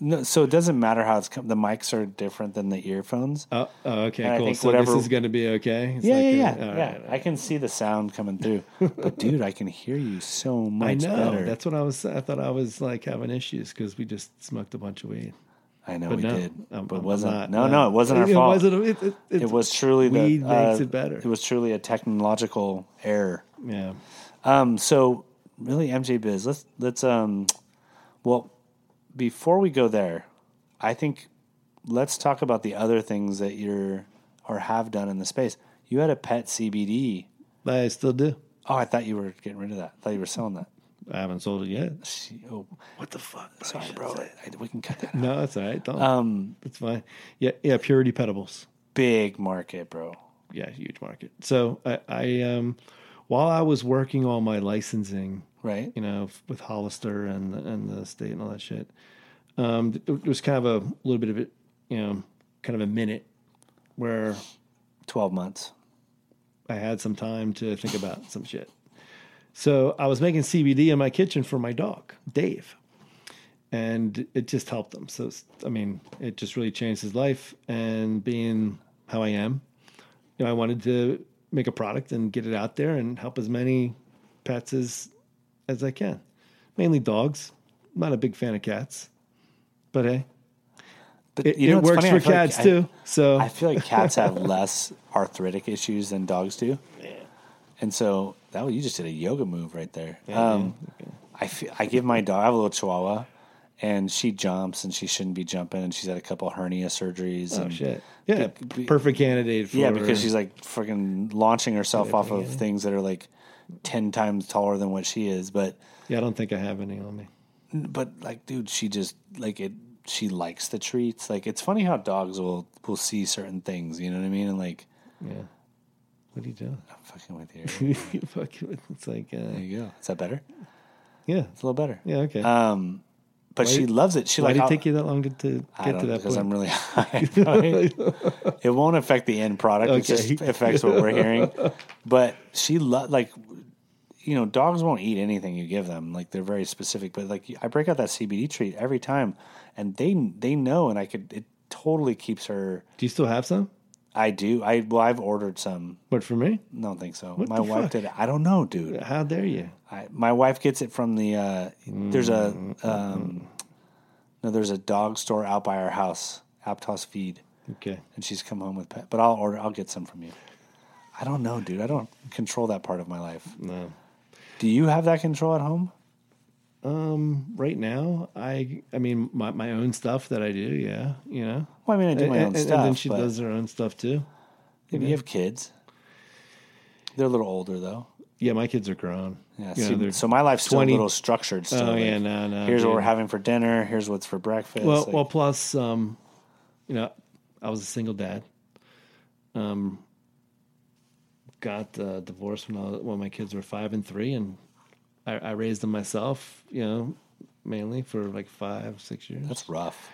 [SPEAKER 1] no, so it doesn't matter how it's come. The mics are different than the earphones.
[SPEAKER 2] Oh, oh, okay,
[SPEAKER 1] And I
[SPEAKER 2] cool.
[SPEAKER 1] think
[SPEAKER 2] So
[SPEAKER 1] whatever-
[SPEAKER 2] this is gonna be okay. It's
[SPEAKER 1] yeah,
[SPEAKER 2] not
[SPEAKER 1] yeah, yeah,
[SPEAKER 2] gonna- all
[SPEAKER 1] yeah.
[SPEAKER 2] right, all right.
[SPEAKER 1] I can see the sound coming through, but dude, I can hear you so much
[SPEAKER 2] I know.
[SPEAKER 1] better.
[SPEAKER 2] That's what I was. I thought I was like having issues because we just smoked a bunch of weed.
[SPEAKER 1] I know
[SPEAKER 2] But
[SPEAKER 1] we
[SPEAKER 2] no,
[SPEAKER 1] did,
[SPEAKER 2] I'm-
[SPEAKER 1] but it
[SPEAKER 2] I'm
[SPEAKER 1] wasn't.
[SPEAKER 2] not-
[SPEAKER 1] no, no, it wasn't our
[SPEAKER 2] it
[SPEAKER 1] fault.
[SPEAKER 2] Wasn't, it, it,
[SPEAKER 1] it was truly the
[SPEAKER 2] weed makes
[SPEAKER 1] uh,
[SPEAKER 2] it better.
[SPEAKER 1] It was truly a technological error.
[SPEAKER 2] yeah.
[SPEAKER 1] Um, so really, MJ Biz, let's let's um, well, before we go there, I think let's talk about the other things that you're or have done in the space. You had a pet CBD.
[SPEAKER 2] But I still do.
[SPEAKER 1] Oh, I thought you were getting rid of that. I thought you were selling that.
[SPEAKER 2] I haven't sold it yet.
[SPEAKER 1] She- oh,
[SPEAKER 2] What the fuck?
[SPEAKER 1] sorry, bro. I- I- we can cut that. out.
[SPEAKER 2] No, that's all right. Don't. Um, that's fine. Yeah, yeah. Purity pedibles.
[SPEAKER 1] Big market, bro.
[SPEAKER 2] Yeah, huge market. So I, I um, while I was working on my licensing,
[SPEAKER 1] Right?
[SPEAKER 2] you know, f- with Hollister and and the state and all that shit. Um, th- it was kind of a little bit of it, you know, kind of a minute where
[SPEAKER 1] Twelve months.
[SPEAKER 2] I had some time to think about some shit. So I was making CBD in my kitchen for my dog Dave, and it just helped him. So it's- I mean, it just really changed his life. And being how I am, you know, I wanted to make a product and get it out there and help as many pets as as I can, mainly dogs. I'm not a big fan of cats, but hey,
[SPEAKER 1] But
[SPEAKER 2] it,
[SPEAKER 1] you know
[SPEAKER 2] it
[SPEAKER 1] what's
[SPEAKER 2] works
[SPEAKER 1] funny? I
[SPEAKER 2] for
[SPEAKER 1] feel like
[SPEAKER 2] cats
[SPEAKER 1] I-
[SPEAKER 2] too. so
[SPEAKER 1] I feel like cats have less arthritic issues than dogs do. And so that was, you just did a yoga move right there. um, I feel, I give my dog I have a little Chihuahua, and she jumps and she shouldn't be jumping, and she's had a couple hernia surgeries.
[SPEAKER 2] oh
[SPEAKER 1] and,
[SPEAKER 2] shit, yeah,
[SPEAKER 1] Be- be-
[SPEAKER 2] perfect candidate for
[SPEAKER 1] Yeah, because she's like freaking launching herself off of
[SPEAKER 2] yeah.
[SPEAKER 1] things that are like ten times taller than what she is. But
[SPEAKER 2] yeah. I don't think I have any on me.
[SPEAKER 1] but like dude she just like it she likes the treats like it's funny how dogs will will see certain things you know what i mean and like
[SPEAKER 2] Yeah. What are you doing?
[SPEAKER 1] i'm fucking with you
[SPEAKER 2] you fucking, it's like, uh,
[SPEAKER 1] there you go is that better
[SPEAKER 2] yeah,
[SPEAKER 1] it's a little better
[SPEAKER 2] yeah, okay.
[SPEAKER 1] um but she loves it she
[SPEAKER 2] Why
[SPEAKER 1] like
[SPEAKER 2] did it
[SPEAKER 1] I'll-
[SPEAKER 2] take you that long to, to
[SPEAKER 1] I
[SPEAKER 2] get
[SPEAKER 1] don't
[SPEAKER 2] to
[SPEAKER 1] know,
[SPEAKER 2] that
[SPEAKER 1] because
[SPEAKER 2] point?
[SPEAKER 1] i'm really high it won't affect the end product it
[SPEAKER 2] Okay.
[SPEAKER 1] just affects what we're hearing but she lo- like you know dogs won't eat anything you give them like they're very specific but like i break out that cbd treat every time and they they know and i could it totally keeps her
[SPEAKER 2] Do you still have some?
[SPEAKER 1] I do. I well, I've ordered some.
[SPEAKER 2] What for me?
[SPEAKER 1] I don't think so.
[SPEAKER 2] What
[SPEAKER 1] my
[SPEAKER 2] the
[SPEAKER 1] wife
[SPEAKER 2] fuck?
[SPEAKER 1] did. it. I don't know, dude.
[SPEAKER 2] How dare you?
[SPEAKER 1] I, my wife gets it from the. Uh, There's a um, no. There's a dog store out by our house, Aptos Feed,
[SPEAKER 2] Okay.
[SPEAKER 1] and she's come home with pet. But I'll order. I'll get some from you. I don't know, dude. I don't control that part of my life.
[SPEAKER 2] No.
[SPEAKER 1] Do you have that control at home?
[SPEAKER 2] Um, right now, I, I mean, my, my own stuff that I do. Yeah. You know,
[SPEAKER 1] Well, I mean, I do my own
[SPEAKER 2] and,
[SPEAKER 1] stuff.
[SPEAKER 2] and then she
[SPEAKER 1] but
[SPEAKER 2] does her own stuff too.
[SPEAKER 1] if you have kids, they're a little older though.
[SPEAKER 2] Yeah. My kids are grown.
[SPEAKER 1] Yeah.
[SPEAKER 2] You know,
[SPEAKER 1] see,
[SPEAKER 2] they're-
[SPEAKER 1] so my life's still
[SPEAKER 2] 20
[SPEAKER 1] a little structured. Still,
[SPEAKER 2] Oh,
[SPEAKER 1] like,
[SPEAKER 2] yeah, no, no,
[SPEAKER 1] Here's what
[SPEAKER 2] dude.
[SPEAKER 1] we're having for dinner. Here's what's for breakfast.
[SPEAKER 2] Well,
[SPEAKER 1] like-
[SPEAKER 2] well, plus, um, you know, I was a single dad. Um, got uh, divorced when I was, when my kids were five and three, and I, I raised them myself. You know, mainly for like five, six years.
[SPEAKER 1] That's rough.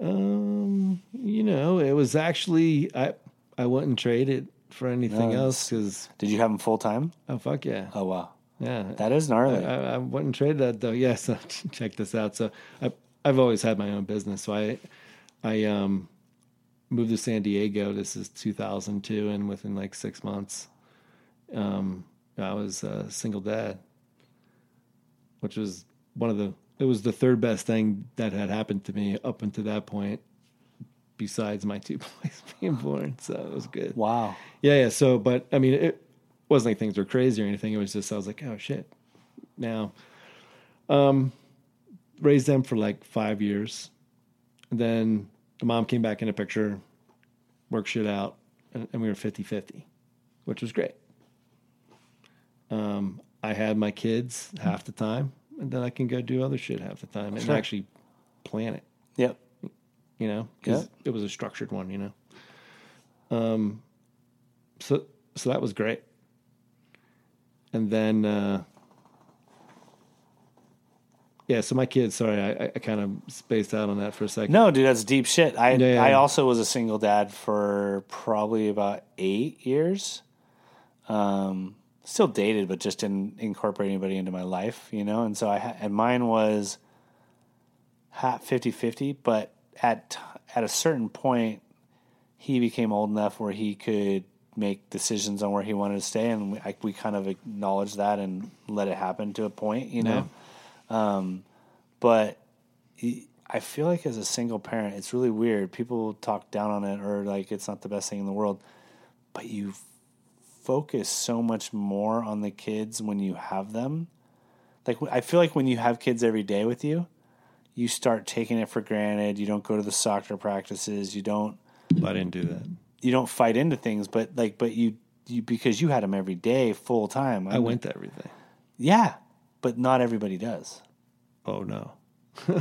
[SPEAKER 2] Um, you know, it was actually I I wouldn't trade it for anything
[SPEAKER 1] No,
[SPEAKER 2] else 'cause else because
[SPEAKER 1] Did you have him full time?
[SPEAKER 2] oh fuck yeah,
[SPEAKER 1] Oh wow,
[SPEAKER 2] yeah,
[SPEAKER 1] that is gnarly.
[SPEAKER 2] I, I wouldn't trade that though. Yes, check this out. So I, I've always had my own business. So I, I um, moved to San Diego. This is 2002, and within like six months, um, I was a single dad, which was one of the. It was the third best thing that had happened to me up until that point, besides my two boys being born. So it was good.
[SPEAKER 1] wow,
[SPEAKER 2] Yeah, yeah. So, but I mean, it wasn't like things were crazy or anything. It was just I was like, oh shit. Now, um, raised them for like five years. And then the mom came back in the picture, worked shit out, and, and we were 50 50, which was great. Um, I had my kids half the time, and then I can go do other shit half the time and
[SPEAKER 1] Sure.
[SPEAKER 2] actually plan it
[SPEAKER 1] yep,
[SPEAKER 2] you know, because
[SPEAKER 1] Yeah.
[SPEAKER 2] it was a structured one, you know. Um, so so that was great. And then uh, yeah, so my kids, sorry, I, I kind of spaced out on that for a second.
[SPEAKER 1] No, dude, that's deep shit. I
[SPEAKER 2] Yeah, yeah,
[SPEAKER 1] I
[SPEAKER 2] yeah.
[SPEAKER 1] also was a single dad for probably about eight years. Um, still dated, but just didn't incorporate anybody into my life, you know. And so I ha- and mine was hot 50-50, but at t- at a certain point, he became old enough where he could make decisions on where he wanted to stay, and we, I, we kind of acknowledged that and let it happen to a point, you know. Um, but I feel like as a single parent, it's really weird. People talk down on it or like it's not the best thing in the world, but you f- focus so much more on the kids when you have them. Like wh- I feel like when you have kids every day with you, you start taking it for granted. You don't go to the soccer practices. You don't
[SPEAKER 2] I didn't do that.
[SPEAKER 1] you don't fight into things, but like but you you because you had them every day full time.
[SPEAKER 2] I went to everything.
[SPEAKER 1] yeah, but not everybody does.
[SPEAKER 2] Oh no.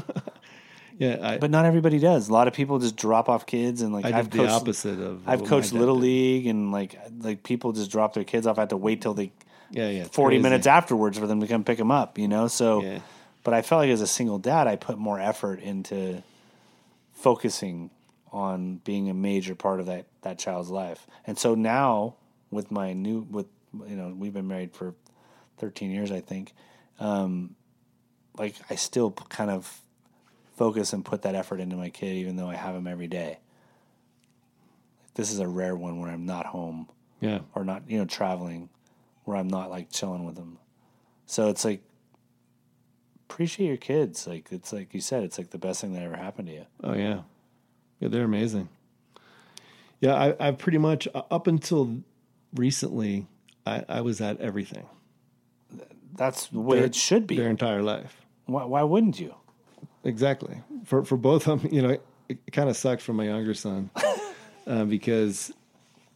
[SPEAKER 2] yeah, I,
[SPEAKER 1] But not everybody does. A lot of people just drop off kids and like
[SPEAKER 2] I did
[SPEAKER 1] I've
[SPEAKER 2] the
[SPEAKER 1] coached
[SPEAKER 2] opposite of.
[SPEAKER 1] I've
[SPEAKER 2] what my
[SPEAKER 1] coached
[SPEAKER 2] dad
[SPEAKER 1] little
[SPEAKER 2] did.
[SPEAKER 1] league and like like people just drop their kids off. I had to wait till they
[SPEAKER 2] Yeah, yeah. it's
[SPEAKER 1] forty
[SPEAKER 2] crazy.
[SPEAKER 1] minutes afterwards for them to come pick them up. You know, so.
[SPEAKER 2] Yeah.
[SPEAKER 1] But I felt like as a single dad, I put more effort into focusing on being a major part of that that child's life. And so now with my new with you know we've been married for thirteen years, I think. Um, like I still p- kind of focus and put that effort into my kid, even though I have him every day. This is a rare one where I'm not home
[SPEAKER 2] Yeah.
[SPEAKER 1] or not, you know, traveling, where I'm not like chilling with them. So it's like appreciate your kids. Like it's like you said, it's like the best thing that ever happened to you.
[SPEAKER 2] Oh yeah, yeah, they're amazing. Yeah, I, I pretty much uh, up until recently, I, I was at everything
[SPEAKER 1] That's the way
[SPEAKER 2] They're-
[SPEAKER 1] it should
[SPEAKER 2] their
[SPEAKER 1] be.
[SPEAKER 2] entire life.
[SPEAKER 1] Why, why wouldn't you?
[SPEAKER 2] Exactly. For for both of them, you know, it, it kind of sucked for my younger son uh, because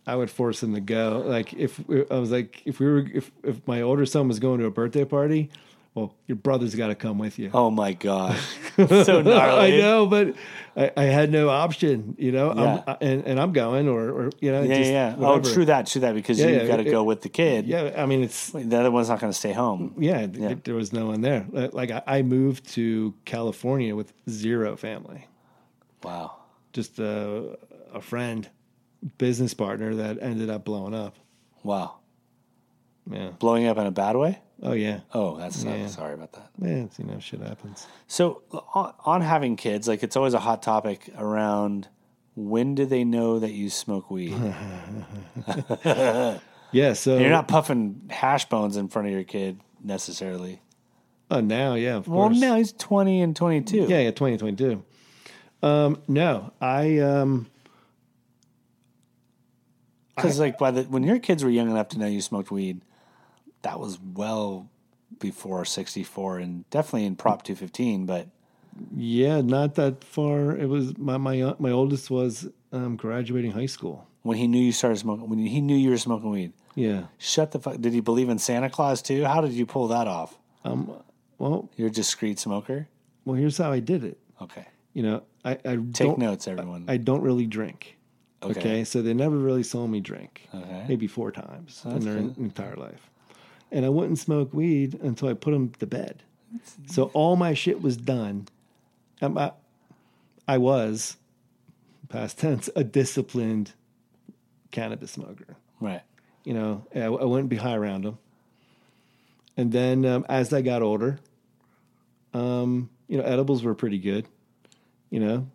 [SPEAKER 2] I would force him to go. Like if we- I was like if we were if if my older son was going to a birthday party, well, your brother's got to come with you.
[SPEAKER 1] Oh my god, so gnarly.
[SPEAKER 2] I know, but I, I had no option, you know.
[SPEAKER 1] Yeah.
[SPEAKER 2] I'm, and and I'm going, or or you know,
[SPEAKER 1] Yeah,
[SPEAKER 2] just
[SPEAKER 1] yeah. Oh,
[SPEAKER 2] whatever.
[SPEAKER 1] true that, true that. Because
[SPEAKER 2] Yeah,
[SPEAKER 1] you've
[SPEAKER 2] yeah,
[SPEAKER 1] got to
[SPEAKER 2] it-
[SPEAKER 1] go with the kid.
[SPEAKER 2] Yeah, I mean, it's
[SPEAKER 1] The other one's not going to stay home.
[SPEAKER 2] yeah, th- th- There was no one there. Li- Like I, I moved to California with zero family,
[SPEAKER 1] Wow.
[SPEAKER 2] just a a friend, business partner that ended up blowing up.
[SPEAKER 1] Wow.
[SPEAKER 2] Yeah.
[SPEAKER 1] Blowing up in a bad way.
[SPEAKER 2] Oh yeah.
[SPEAKER 1] Oh, that's not,
[SPEAKER 2] Yeah.
[SPEAKER 1] sorry about that.
[SPEAKER 2] Yeah, it's, you know, shit happens.
[SPEAKER 1] So on, on having kids, like it's always a hot topic around when do they know that you smoke weed?
[SPEAKER 2] Yeah. So
[SPEAKER 1] You're not puffing hash bones in front of your kid necessarily.
[SPEAKER 2] Oh, now, yeah. Of
[SPEAKER 1] Well,
[SPEAKER 2] course.
[SPEAKER 1] now he's 20 and 22.
[SPEAKER 2] Yeah, yeah, 2022. Um, no, I um,
[SPEAKER 1] Because like by the when your kids were young enough to know you smoked weed, that was well before 64 and definitely in Prop 215. But
[SPEAKER 2] Yeah, not that far. It was my my uh, my oldest was um, graduating high school.
[SPEAKER 1] when he knew you started smoking, when he knew you were smoking weed,
[SPEAKER 2] Yeah.
[SPEAKER 1] shut the fuck. Did he believe in Santa Claus too? How did you pull that off?
[SPEAKER 2] Um. Well,
[SPEAKER 1] You're a discreet smoker.
[SPEAKER 2] well, here's how I did it.
[SPEAKER 1] Okay,
[SPEAKER 2] You know, I I
[SPEAKER 1] take
[SPEAKER 2] don't
[SPEAKER 1] notes, everyone.
[SPEAKER 2] I don't really drink.
[SPEAKER 1] Okay.
[SPEAKER 2] Okay. So they never really saw me drink.
[SPEAKER 1] Okay.
[SPEAKER 2] Maybe four times in their entire life, and I wouldn't smoke weed until I put them to bed. So all my shit was done. Um, I, I was, past tense, a disciplined cannabis smoker.
[SPEAKER 1] right.
[SPEAKER 2] you know, I, I wouldn't be high around them. And then um, as I got older, um, you know, edibles were pretty good, you know.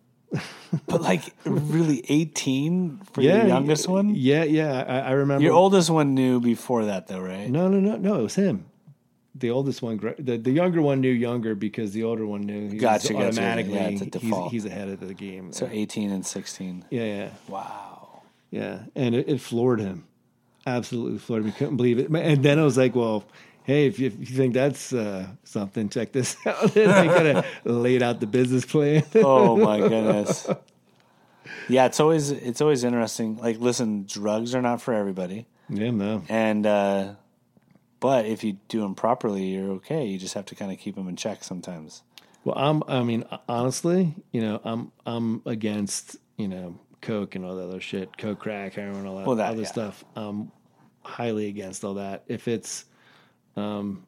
[SPEAKER 1] But like really 18 for your youngest
[SPEAKER 2] yeah,
[SPEAKER 1] one?
[SPEAKER 2] Yeah, yeah. I, I remember.
[SPEAKER 1] Your oldest one knew before that though, right?
[SPEAKER 2] No, no, no, no. It was him. The oldest one, gra- the, the younger one knew younger because the older one knew. He was
[SPEAKER 1] Gotcha, gotcha.
[SPEAKER 2] automatically.
[SPEAKER 1] Yeah, it's a
[SPEAKER 2] he's-
[SPEAKER 1] default.
[SPEAKER 2] He's, ahead of the game.
[SPEAKER 1] So 18 and 16.
[SPEAKER 2] yeah, yeah,
[SPEAKER 1] Wow.
[SPEAKER 2] yeah. And it, it floored him. Absolutely floored him. He couldn't believe it. And then I was like, well, hey, if you, if you think that's uh, something, check this out. and I kind of laid out the business plan.
[SPEAKER 1] Oh my goodness. Yeah, it's always it's always interesting. Like listen, drugs are not for everybody.
[SPEAKER 2] yeah, no.
[SPEAKER 1] And uh but if you do them properly, you're okay. You just have to kind of keep them in check sometimes.
[SPEAKER 2] Well, I'm. I mean, honestly, you know, I'm. I'm against you know coke and all that other shit, coke, crack, heroin, all that,
[SPEAKER 1] Well, that,
[SPEAKER 2] other
[SPEAKER 1] yeah.
[SPEAKER 2] stuff. I'm highly against all that. If it's, um,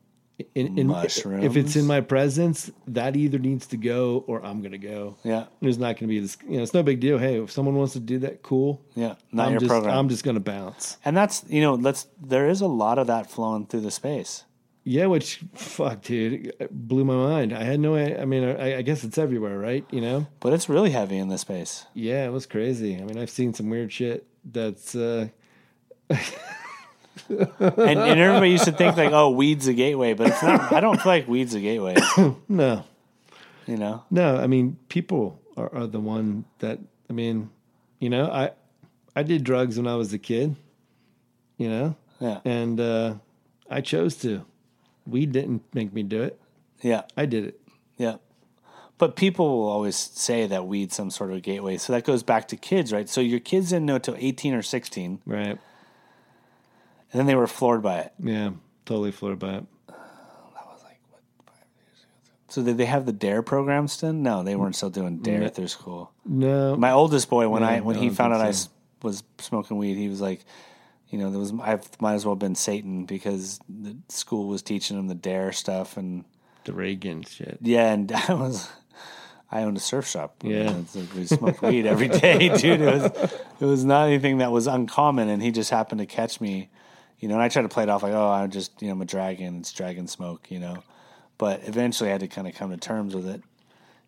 [SPEAKER 2] in, in
[SPEAKER 1] Mushrooms?
[SPEAKER 2] if it's in my presence, that either needs to go or I'm gonna go.
[SPEAKER 1] Yeah.
[SPEAKER 2] There's not gonna be this. You know, it's no big deal. Hey, if someone wants to do that, cool.
[SPEAKER 1] Yeah. Not
[SPEAKER 2] I'm
[SPEAKER 1] your
[SPEAKER 2] just,
[SPEAKER 1] program.
[SPEAKER 2] I'm just gonna bounce.
[SPEAKER 1] and that's you know that's there is a lot of that flowing through the space.
[SPEAKER 2] Yeah, which fuck, dude, it blew my mind. I had no. I mean, I, I guess it's everywhere, right? You know.
[SPEAKER 1] But it's really heavy in the space.
[SPEAKER 2] Yeah, it was crazy. I mean, I've seen some weird shit. That's uh,
[SPEAKER 1] And, and everybody used to think like, oh, weed's a gateway, but it's not. I don't feel like weed's a gateway.
[SPEAKER 2] no,
[SPEAKER 1] You know,
[SPEAKER 2] no. I mean, people are, are the one that. I mean, you know, I I did drugs when I was a kid. You know,
[SPEAKER 1] yeah,
[SPEAKER 2] and uh, I chose to. We didn't make me do it.
[SPEAKER 1] yeah,
[SPEAKER 2] I did it.
[SPEAKER 1] yeah. But people will always say that weed's some sort of gateway. So that goes back to kids, right? So your kids didn't know till eighteen or sixteen,
[SPEAKER 2] Right.
[SPEAKER 1] and then they were floored by it.
[SPEAKER 2] Yeah. Totally floored by it.
[SPEAKER 1] So did they have the Dare program still? No, they weren't still doing Dare through school.
[SPEAKER 2] No.
[SPEAKER 1] My oldest boy, when I
[SPEAKER 2] Yeah,
[SPEAKER 1] when
[SPEAKER 2] no,
[SPEAKER 1] he
[SPEAKER 2] I don't
[SPEAKER 1] found out
[SPEAKER 2] think
[SPEAKER 1] I
[SPEAKER 2] so.
[SPEAKER 1] s- was smoking weed, he was like, you know, there was I might as well have been Satan because the school was teaching him the Dare stuff and
[SPEAKER 2] the Reagan shit.
[SPEAKER 1] yeah, and I was. I owned a surf shop.
[SPEAKER 2] Yeah.
[SPEAKER 1] It's like we smoked weed every day, dude. It was, it was not anything that was uncommon, and he just happened to catch me, you know. And I tried to play it off like, oh, I'm just, you know, I'm a dragon. It's dragon smoke, you know. But eventually, I had to kind of come to terms with it,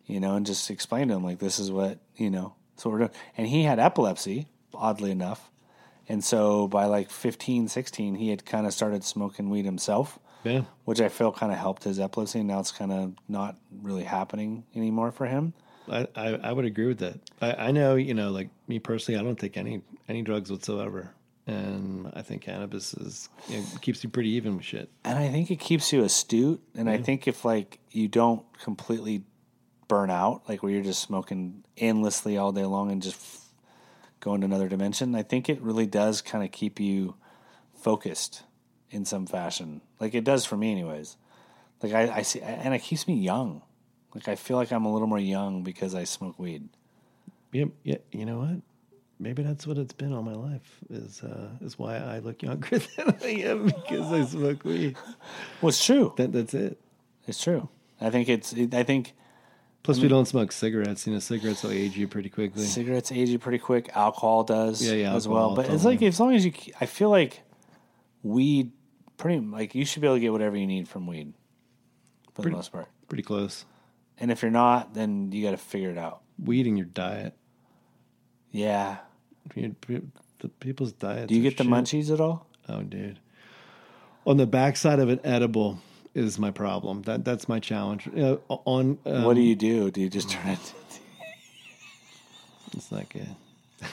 [SPEAKER 1] you know, and just explain to him like, this is what, you know, that's what we're doing. And he had epilepsy, oddly enough, and so by like 15, 16, he had kind of started smoking weed himself
[SPEAKER 2] Yeah.
[SPEAKER 1] which I feel kind of helped his epilepsy. Now it's kind of not really happening anymore for him.
[SPEAKER 2] I, I, I would agree with that. I, I know, you know, like me personally, I don't take any any drugs whatsoever, and I think cannabis is you know, keeps you pretty even with shit.
[SPEAKER 1] And I think it keeps you astute. And I think if like you don't completely burn out, like where you're just smoking endlessly all day long and just f- going to another dimension, I think it really does kind of keep you focused in some fashion. Like it does for me, anyways. Like I, I see, and it keeps me young. Like I feel like I'm a little more young because I smoke weed.
[SPEAKER 2] Yeah, yeah. You know what? Maybe that's what it's been all my life. Is uh, is why I look younger than I am because I smoke weed.
[SPEAKER 1] Well, it's true.
[SPEAKER 2] That that's it.
[SPEAKER 1] It's true. I think it's. It, I think
[SPEAKER 2] Plus, we don't smoke cigarettes. You know, cigarettes will age you pretty quickly.
[SPEAKER 1] Cigarettes age you pretty quick. Alcohol does,
[SPEAKER 2] Yeah, yeah,
[SPEAKER 1] as
[SPEAKER 2] alcohol,
[SPEAKER 1] well. But it's
[SPEAKER 2] totally.
[SPEAKER 1] like as long as you, ke- I feel like weed, pretty like you should be able to get whatever you need from weed, for the most part.
[SPEAKER 2] Pretty close.
[SPEAKER 1] And if you're not, then you got to figure it out.
[SPEAKER 2] Weed in your diet.
[SPEAKER 1] Yeah.
[SPEAKER 2] You- the people's diets.
[SPEAKER 1] Do you
[SPEAKER 2] are
[SPEAKER 1] get the
[SPEAKER 2] shit.
[SPEAKER 1] munchies at all?
[SPEAKER 2] Oh, dude. On the backside of an edible is my problem. That that's my challenge. Uh, on um,
[SPEAKER 1] what do you do? Do you just turn it?
[SPEAKER 2] It's not good. I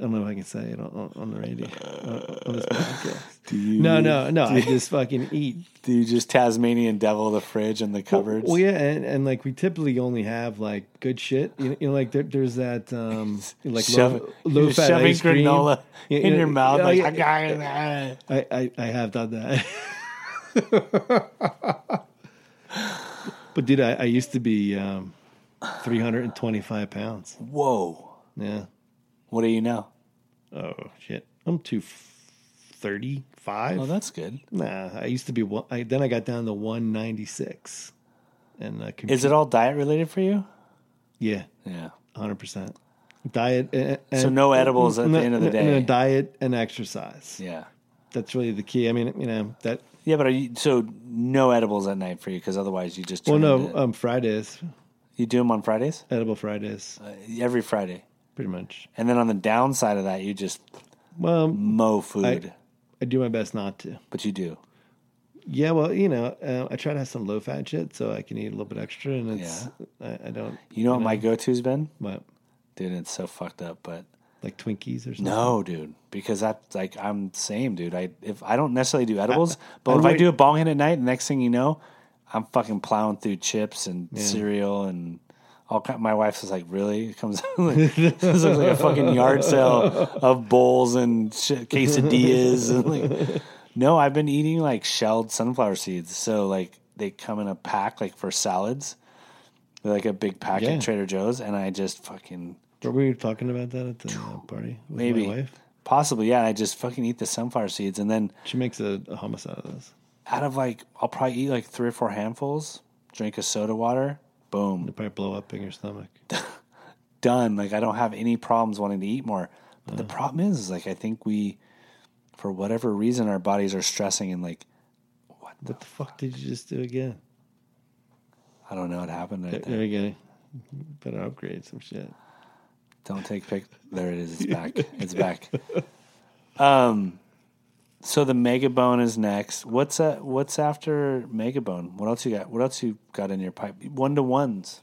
[SPEAKER 2] don't know if I can say it on, on, on the radio on, on this podcast.
[SPEAKER 1] Do you
[SPEAKER 2] No, no, no. I just fucking eat.
[SPEAKER 1] Do you just Tasmanian devil the fridge and the cupboards?
[SPEAKER 2] Well, yeah, and, and like we typically only have like good shit. You know, you know like there, there's that um like
[SPEAKER 1] Shove,
[SPEAKER 2] low,
[SPEAKER 1] you're
[SPEAKER 2] low
[SPEAKER 1] just
[SPEAKER 2] fat
[SPEAKER 1] shoving
[SPEAKER 2] ice cream.
[SPEAKER 1] granola
[SPEAKER 2] Yeah,
[SPEAKER 1] in
[SPEAKER 2] yeah,
[SPEAKER 1] your mouth.
[SPEAKER 2] oh,
[SPEAKER 1] like,
[SPEAKER 2] yeah.
[SPEAKER 1] "Ah, ah, ah."
[SPEAKER 2] I, I, I have done that. but dude, I, I used to be um, 325 pounds.
[SPEAKER 1] Whoa.
[SPEAKER 2] Yeah.
[SPEAKER 1] What do you know?
[SPEAKER 2] Oh shit. I'm 235.
[SPEAKER 1] Oh, that's good.
[SPEAKER 2] nah, I used to be one. I, then I got down to 196. And uh, compu-
[SPEAKER 1] Is it all diet related for you?
[SPEAKER 2] Yeah,
[SPEAKER 1] Yeah.
[SPEAKER 2] 100. percent Diet. And,
[SPEAKER 1] So no edibles at the end of the day.
[SPEAKER 2] diet and exercise.
[SPEAKER 1] Yeah.
[SPEAKER 2] That's really the key. I mean, you know that.
[SPEAKER 1] Yeah, but are you, so no edibles at night for you because otherwise you just
[SPEAKER 2] Well,
[SPEAKER 1] turn
[SPEAKER 2] no,
[SPEAKER 1] into-
[SPEAKER 2] um, Fridays,
[SPEAKER 1] you do them on Fridays
[SPEAKER 2] edible Fridays,
[SPEAKER 1] uh, every Friday,
[SPEAKER 2] pretty much.
[SPEAKER 1] and then on the downside of that you just
[SPEAKER 2] Well,
[SPEAKER 1] mow food,
[SPEAKER 2] I do my best not to.
[SPEAKER 1] but you do.
[SPEAKER 2] Yeah, well, you know, uh, I try to have some low fat shit so I can eat a little bit extra, and it's I, I don't
[SPEAKER 1] You know what
[SPEAKER 2] Mm-hmm.
[SPEAKER 1] my go-to's been,
[SPEAKER 2] what
[SPEAKER 1] dude? It's so fucked up, but
[SPEAKER 2] like Twinkies or something.
[SPEAKER 1] no, dude, because that like I'm the same, dude. I if I don't necessarily do edibles, but
[SPEAKER 2] I e
[SPEAKER 1] if I
[SPEAKER 2] wait-
[SPEAKER 1] do a bong hit at night, next thing you know, I'm fucking plowing through chips and cereal and. All kind, my wife's just like, really? It comes like, this looks like a fucking yard sale of bowls and shit, quesadillas and like. No, I've been eating like shelled sunflower seeds. So like they come in a pack like for salads, They're, like a big pack
[SPEAKER 2] Yeah.
[SPEAKER 1] at Trader Joe's, and I just fucking
[SPEAKER 2] Were we talking about that at the uh, party with
[SPEAKER 1] Maybe.
[SPEAKER 2] my wife?
[SPEAKER 1] Possibly, yeah. I just fucking eat the sunflower seeds, and then
[SPEAKER 2] She makes a, a hummus out of this.
[SPEAKER 1] out of like I'll probably eat like three or four handfuls, drink a soda water, boom,
[SPEAKER 2] It'll probably blow up in your stomach.
[SPEAKER 1] done. Like I don't have any problems wanting to eat more. But the problem is, is like I think we, for whatever reason, our bodies are stressing and like
[SPEAKER 2] What the fuck did you just do again?
[SPEAKER 1] I don't know what happened right there.
[SPEAKER 2] There you go. Better upgrade some shit.
[SPEAKER 1] Don't take pic. There it is. It's back. It's back. Um, so the megabone is next. What's that? What's after megabone? What else you got? What else you got in your pipe? One to ones.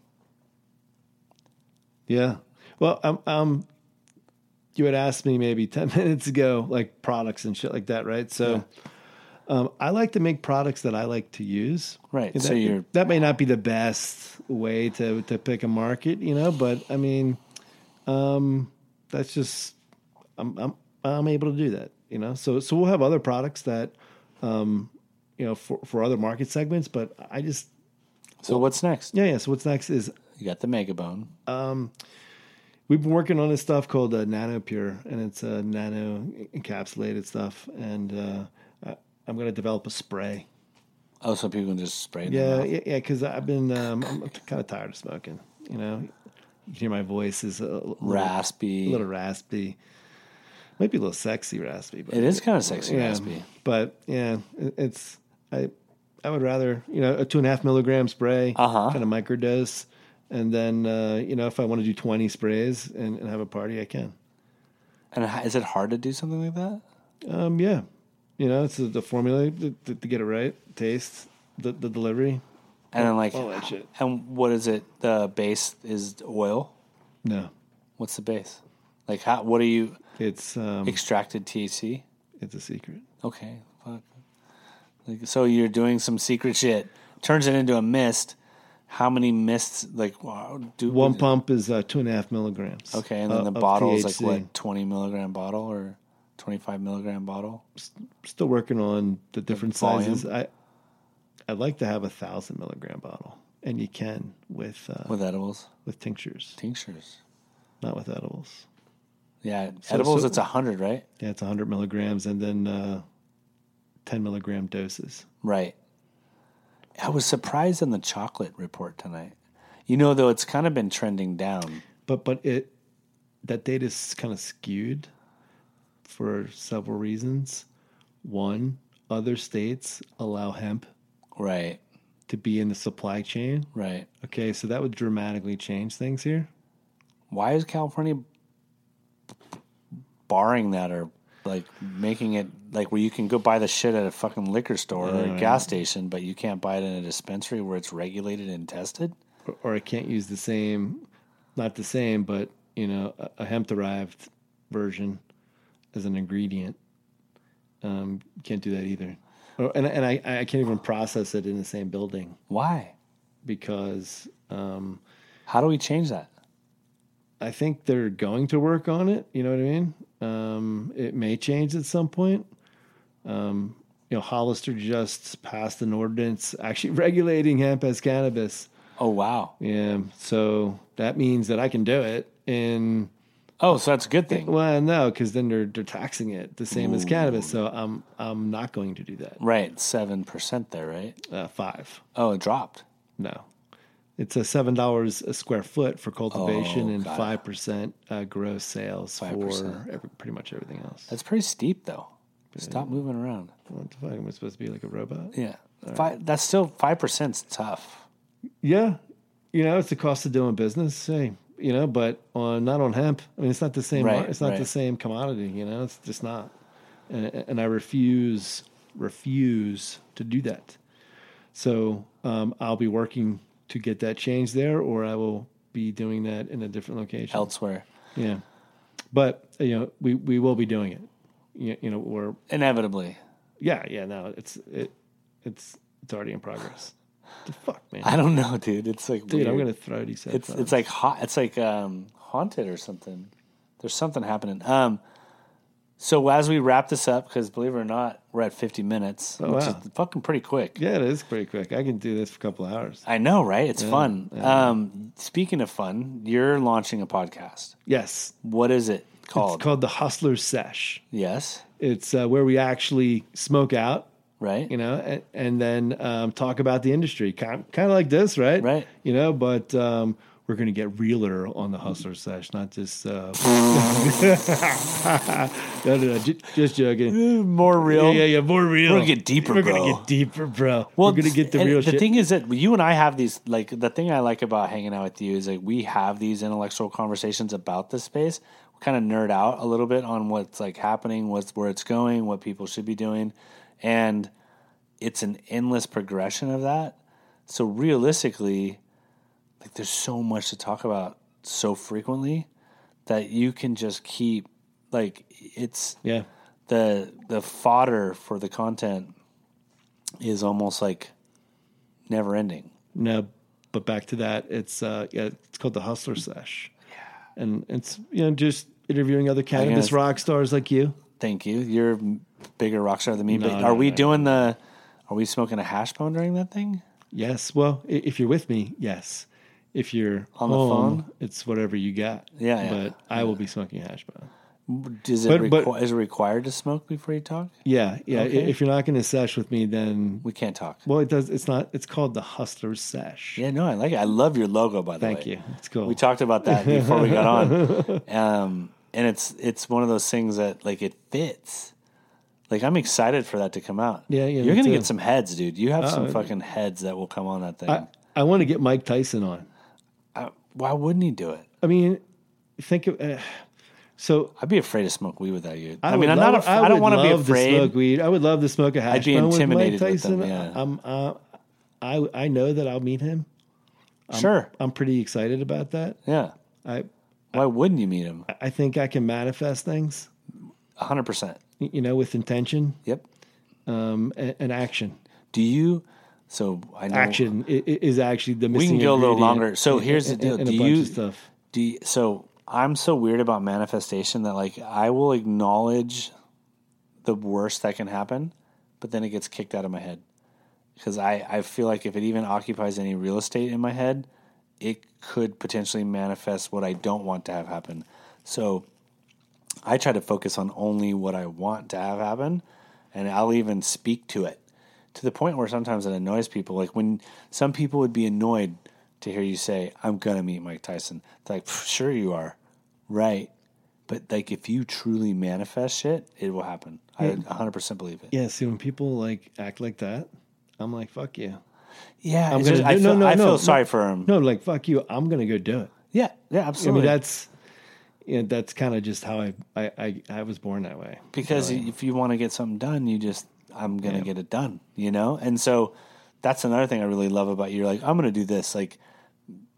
[SPEAKER 2] Yeah. Well, um, um, you had asked me maybe 10 minutes ago, like products and shit like that, right? So um, I like to make products that I like to use.
[SPEAKER 1] Right,
[SPEAKER 2] And
[SPEAKER 1] so
[SPEAKER 2] that,
[SPEAKER 1] you're-
[SPEAKER 2] that may not be the best way to, to pick a market, you know, but I mean, um, that's just, I'm, I'm, I'm able to do that, you know? So, so we'll have other products that, um, you know, for, for other market segments, but I just,
[SPEAKER 1] So what's next?
[SPEAKER 2] yeah, yeah. So what's next is
[SPEAKER 1] You got the megabone.
[SPEAKER 2] We've been working on this stuff called uh, NanoPure, and it's uh, nano encapsulated stuff. And uh, I, I'm going to develop a spray.
[SPEAKER 1] Oh, so people can just spray. it in their
[SPEAKER 2] Yeah,
[SPEAKER 1] mouth.
[SPEAKER 2] yeah, yeah. Because I've been, um, I'm kind of tired of smoking. You know, you can hear my voice is a l-
[SPEAKER 1] raspy.
[SPEAKER 2] little raspy, might be a little sexy raspy, but
[SPEAKER 1] It is kind of sexy,
[SPEAKER 2] yeah,
[SPEAKER 1] raspy.
[SPEAKER 2] But yeah, it- it's I, I would rather you know a two and a half milligram spray,
[SPEAKER 1] Uh-huh.
[SPEAKER 2] kind of microdose, and then uh, you know if I want to do 20 sprays and, and have a party, I can.
[SPEAKER 1] And h- is it hard to do something like that?
[SPEAKER 2] Um, yeah, you know, it's the, the formula to, to, to get it right, taste, the, the delivery.
[SPEAKER 1] And then like,
[SPEAKER 2] all Oh, that shit.
[SPEAKER 1] and what is it? The base is oil.
[SPEAKER 2] No,
[SPEAKER 1] What's the base? Like, how? What are you
[SPEAKER 2] it's um,
[SPEAKER 1] extracted THC?
[SPEAKER 2] it's a secret.
[SPEAKER 1] Okay, fuck. Like, so you're doing some secret shit. Turns it into a mist. How many mists? Like, wow, do
[SPEAKER 2] One pump is uh, two and a half milligrams.
[SPEAKER 1] Okay, and then
[SPEAKER 2] uh,
[SPEAKER 1] the
[SPEAKER 2] of
[SPEAKER 1] bottle is like
[SPEAKER 2] THC.
[SPEAKER 1] what twenty milligram bottle or twenty five milligram bottle.
[SPEAKER 2] Still working on the different
[SPEAKER 1] volume?
[SPEAKER 2] sizes. I I'd like to have a thousand milligram bottle, and you can with uh,
[SPEAKER 1] with edibles
[SPEAKER 2] with tinctures,
[SPEAKER 1] tinctures.
[SPEAKER 2] not with edibles.
[SPEAKER 1] Yeah, edibles.
[SPEAKER 2] so-
[SPEAKER 1] it's a hundred, right?
[SPEAKER 2] Yeah, it's 100 milligrams, and then uh, 10 milligram doses.
[SPEAKER 1] Right. I was surprised in the chocolate report tonight. You know, though, it's kind of been trending down.
[SPEAKER 2] but but it that data is kind of skewed for several reasons. One, other states allow hemp
[SPEAKER 1] Right.
[SPEAKER 2] to be in the supply chain.
[SPEAKER 1] Right.
[SPEAKER 2] Okay, so that would dramatically change things here.
[SPEAKER 1] Why is California barring that or like making it like where you can go buy the shit at a fucking liquor store or
[SPEAKER 2] Mm.
[SPEAKER 1] a gas station, but you can't buy it in a dispensary where it's regulated and tested?
[SPEAKER 2] Or, or I can't use the same, not the same, but you know, a, a hemp derived version as an ingredient. Um, can't do that either. Or, and and I, I can't even process it in the same building
[SPEAKER 1] Why?
[SPEAKER 2] because um,
[SPEAKER 1] How do we change that?
[SPEAKER 2] I think they're going to work on it. You know what I mean? Um, it may change at some point. Um, you know, Hollister just passed an ordinance actually regulating hemp as cannabis.
[SPEAKER 1] Oh, wow.
[SPEAKER 2] Yeah, so that means that I can do it. And
[SPEAKER 1] Oh, so that's a good thing.
[SPEAKER 2] well, no, because then they're they're taxing it the same as cannabis. So I'm I'm not going to do that.
[SPEAKER 1] Right. 7% there, right?
[SPEAKER 2] Uh, five,
[SPEAKER 1] Oh, it dropped.
[SPEAKER 2] no. It's a seven dollars a square foot for cultivation
[SPEAKER 1] Oh,
[SPEAKER 2] and
[SPEAKER 1] got it.
[SPEAKER 2] five percent uh, gross sales
[SPEAKER 1] 5%.
[SPEAKER 2] for every, pretty much everything else.
[SPEAKER 1] That's pretty steep, though. Stop moving around.
[SPEAKER 2] What the fuck? Am I supposed to be like a robot?
[SPEAKER 1] Yeah, five, that's still five percent's tough.
[SPEAKER 2] Yeah. You know, it's the cost of doing business. Hey, you know, but on not on hemp. I mean, it's not the same.
[SPEAKER 1] Right,
[SPEAKER 2] it's not the
[SPEAKER 1] right.
[SPEAKER 2] same commodity. You know, it's just not. And, and I refuse, refuse to do that. So um, I'll be working to get that change there, or I will be doing that in a different location.
[SPEAKER 1] Elsewhere,
[SPEAKER 2] Yeah, but you know, we we will be doing it. You, you know, we're
[SPEAKER 1] inevitably.
[SPEAKER 2] yeah, yeah. No, it's it, it's it's already in progress. the fuck, man.
[SPEAKER 1] I don't know, dude. It's like
[SPEAKER 2] Dude, I'm
[SPEAKER 1] weird.
[SPEAKER 2] gonna throw these
[SPEAKER 1] It's
[SPEAKER 2] headphones.
[SPEAKER 1] it's like hot. It's like um, haunted or something. There's something happening. Um, so as we wrap this up, because believe it or not, we're at 50 minutes,
[SPEAKER 2] Oh,
[SPEAKER 1] which
[SPEAKER 2] wow.
[SPEAKER 1] is fucking pretty quick.
[SPEAKER 2] yeah, it is pretty quick. I can do this for a couple hours.
[SPEAKER 1] I know, right? It's fun. Um, speaking of fun, you're launching a podcast.
[SPEAKER 2] Yes,
[SPEAKER 1] What is it called?
[SPEAKER 2] it's called the Hustler Sesh.
[SPEAKER 1] yes,
[SPEAKER 2] It's uh, where we actually smoke out
[SPEAKER 1] right?
[SPEAKER 2] you know, and, and then um, talk about the industry, kind kind of like this, right?
[SPEAKER 1] Right.
[SPEAKER 2] You know, but um, we're going to get realer on the Hustler Sesh, not just. Uh, no, no, no, ju- just joking.
[SPEAKER 1] More
[SPEAKER 2] Yeah,
[SPEAKER 1] real.
[SPEAKER 2] yeah, yeah, more real.
[SPEAKER 1] We're gonna get deeper,
[SPEAKER 2] We're gonna
[SPEAKER 1] bro.
[SPEAKER 2] get deeper, bro.
[SPEAKER 1] Well,
[SPEAKER 2] we're gonna get the
[SPEAKER 1] and
[SPEAKER 2] real
[SPEAKER 1] The
[SPEAKER 2] shit.
[SPEAKER 1] thing is that you and I have these like the thing I like about hanging out with you is like we have these intellectual conversations about the space. We kind of nerd out a little bit on what's like happening, what's where it's going, what people should be doing, and it's an endless progression of that. So realistically, like there's so much to talk about so frequently that you can just keep like it's
[SPEAKER 2] yeah,
[SPEAKER 1] the the fodder for the content is almost like never ending.
[SPEAKER 2] no, but back to that. It's uh, yeah, it's called the Hustler Sesh. Yeah, and it's you know just interviewing other cannabis
[SPEAKER 1] it's-
[SPEAKER 2] rock stars like you.
[SPEAKER 1] Thank you. You're a bigger rock star than me. but
[SPEAKER 2] No,
[SPEAKER 1] are
[SPEAKER 2] no,
[SPEAKER 1] we
[SPEAKER 2] no,
[SPEAKER 1] doing the? Are we smoking a hash bone during that thing?
[SPEAKER 2] Yes. Well, i- if you're with me, yes. If you're
[SPEAKER 1] On the
[SPEAKER 2] home, it's whatever you got.
[SPEAKER 1] Yeah, yeah.
[SPEAKER 2] But I will be smoking hash brown.
[SPEAKER 1] Is it
[SPEAKER 2] But- but-
[SPEAKER 1] requi- is it required to smoke before you talk?
[SPEAKER 2] Yeah, yeah. i-
[SPEAKER 1] Okay.
[SPEAKER 2] If you're not going to sesh with me, then
[SPEAKER 1] We can't talk.
[SPEAKER 2] well, it does. It's not. It's called the Hustler Sesh.
[SPEAKER 1] Yeah, no, I like it. I love your logo by the way.
[SPEAKER 2] Thank you. It's cool.
[SPEAKER 1] We talked about that before we got on, um, and it's it's one of those things that like it fits. Like I'm excited for that to come out.
[SPEAKER 2] Yeah, yeah,
[SPEAKER 1] You're
[SPEAKER 2] me
[SPEAKER 1] gonna
[SPEAKER 2] too.
[SPEAKER 1] get some heads, dude. You have some
[SPEAKER 2] Oh.
[SPEAKER 1] fucking heads that will come on that thing.
[SPEAKER 2] I, I want to get Mike Tyson on.
[SPEAKER 1] I, why wouldn't he do it?
[SPEAKER 2] I mean, think of. Uh, so
[SPEAKER 1] I'd be afraid to smoke weed without you. I,
[SPEAKER 2] would
[SPEAKER 1] mean, I'm not.
[SPEAKER 2] love-
[SPEAKER 1] Af- I, don't
[SPEAKER 2] would
[SPEAKER 1] want to be
[SPEAKER 2] love
[SPEAKER 1] afraid.
[SPEAKER 2] smoke weed. I would love to smoke a hash.
[SPEAKER 1] be
[SPEAKER 2] brown with Mike
[SPEAKER 1] intimidated with
[SPEAKER 2] Tyson.
[SPEAKER 1] them, yeah.
[SPEAKER 2] I'm. Uh, I I know that I'll meet him.
[SPEAKER 1] sure.
[SPEAKER 2] I'm pretty excited about that.
[SPEAKER 1] Yeah.
[SPEAKER 2] I
[SPEAKER 1] Why wouldn't you meet him?
[SPEAKER 2] I think I can manifest things,
[SPEAKER 1] 100. percent
[SPEAKER 2] y- you know, with intention
[SPEAKER 1] Yep.
[SPEAKER 2] um, and, and action.
[SPEAKER 1] Do you? So I know.
[SPEAKER 2] Action i- i- is actually the
[SPEAKER 1] We
[SPEAKER 2] missing.
[SPEAKER 1] can go a little
[SPEAKER 2] ingredient
[SPEAKER 1] longer. So here's the
[SPEAKER 2] in-
[SPEAKER 1] deal.
[SPEAKER 2] in
[SPEAKER 1] Do
[SPEAKER 2] a bunch
[SPEAKER 1] you
[SPEAKER 2] of stuff?
[SPEAKER 1] do you, so i'm so weird about manifestation that like i will acknowledge the worst that can happen but then it gets kicked out of my head because I, I feel like if it even occupies any real estate in my head it could potentially manifest what i don't want to have happen so i try to focus on only what i want to have happen and i'll even speak to it to the point where sometimes it annoys people like when some people would be annoyed to hear you say i'm gonna meet mike tyson They're like "Pff, sure you are right but like if you truly manifest shit it will happen i 100% believe it
[SPEAKER 2] Yeah. See, when people like act like that, I'm like, fuck you.
[SPEAKER 1] Yeah,
[SPEAKER 2] I'm
[SPEAKER 1] it's
[SPEAKER 2] gonna
[SPEAKER 1] just- I
[SPEAKER 2] do-
[SPEAKER 1] feel,
[SPEAKER 2] no, no,
[SPEAKER 1] I feel
[SPEAKER 2] no,
[SPEAKER 1] sorry
[SPEAKER 2] no.
[SPEAKER 1] for him.
[SPEAKER 2] No, like fuck you. I'm gonna go do it.
[SPEAKER 1] Yeah, yeah,
[SPEAKER 2] I mean,
[SPEAKER 1] absolutely.
[SPEAKER 2] that's you know, that's kind of just how I, I I I was born that way.
[SPEAKER 1] because if you want to get something done, you just I'm gonna get it done, you know. And so that's another thing I really love about you. You're like I'm gonna do this, like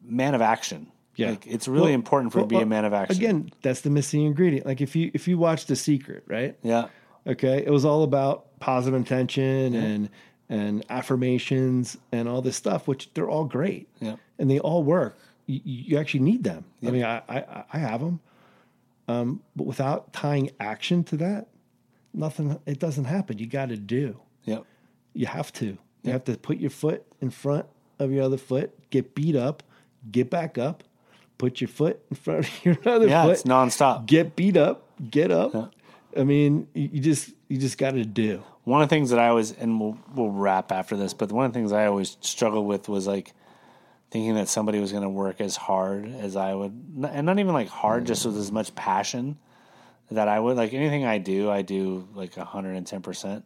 [SPEAKER 1] man of action.
[SPEAKER 2] Yeah.
[SPEAKER 1] like, it's really
[SPEAKER 2] Well,
[SPEAKER 1] important for
[SPEAKER 2] well, uh,
[SPEAKER 1] to be a man of action.
[SPEAKER 2] Again, that's the missing ingredient. Like if you if you watch The Secret, right?
[SPEAKER 1] yeah,
[SPEAKER 2] Okay. It was all about positive intention and and affirmations and all this stuff, which they're all great.
[SPEAKER 1] Yeah.
[SPEAKER 2] And they all work. You, you actually need them. I mean, I, I I have them, um, but without tying action to that, nothing. It doesn't happen. You got to do.
[SPEAKER 1] yeah,
[SPEAKER 2] You have to. You have to put your foot in front of your other foot, get beat up, get back up, put your foot in front of your other
[SPEAKER 1] yeah.
[SPEAKER 2] foot,
[SPEAKER 1] It's nonstop.
[SPEAKER 2] get beat up, get up. I mean, you you just you just got to do.
[SPEAKER 1] one of the things that I always and we'll we'll wrap after this, but one of the things I always struggled with was like thinking that somebody was going to work as hard as I would, n- and not even like hard, just with as much passion that I would. Like anything I do, I do like hundred and ten percent.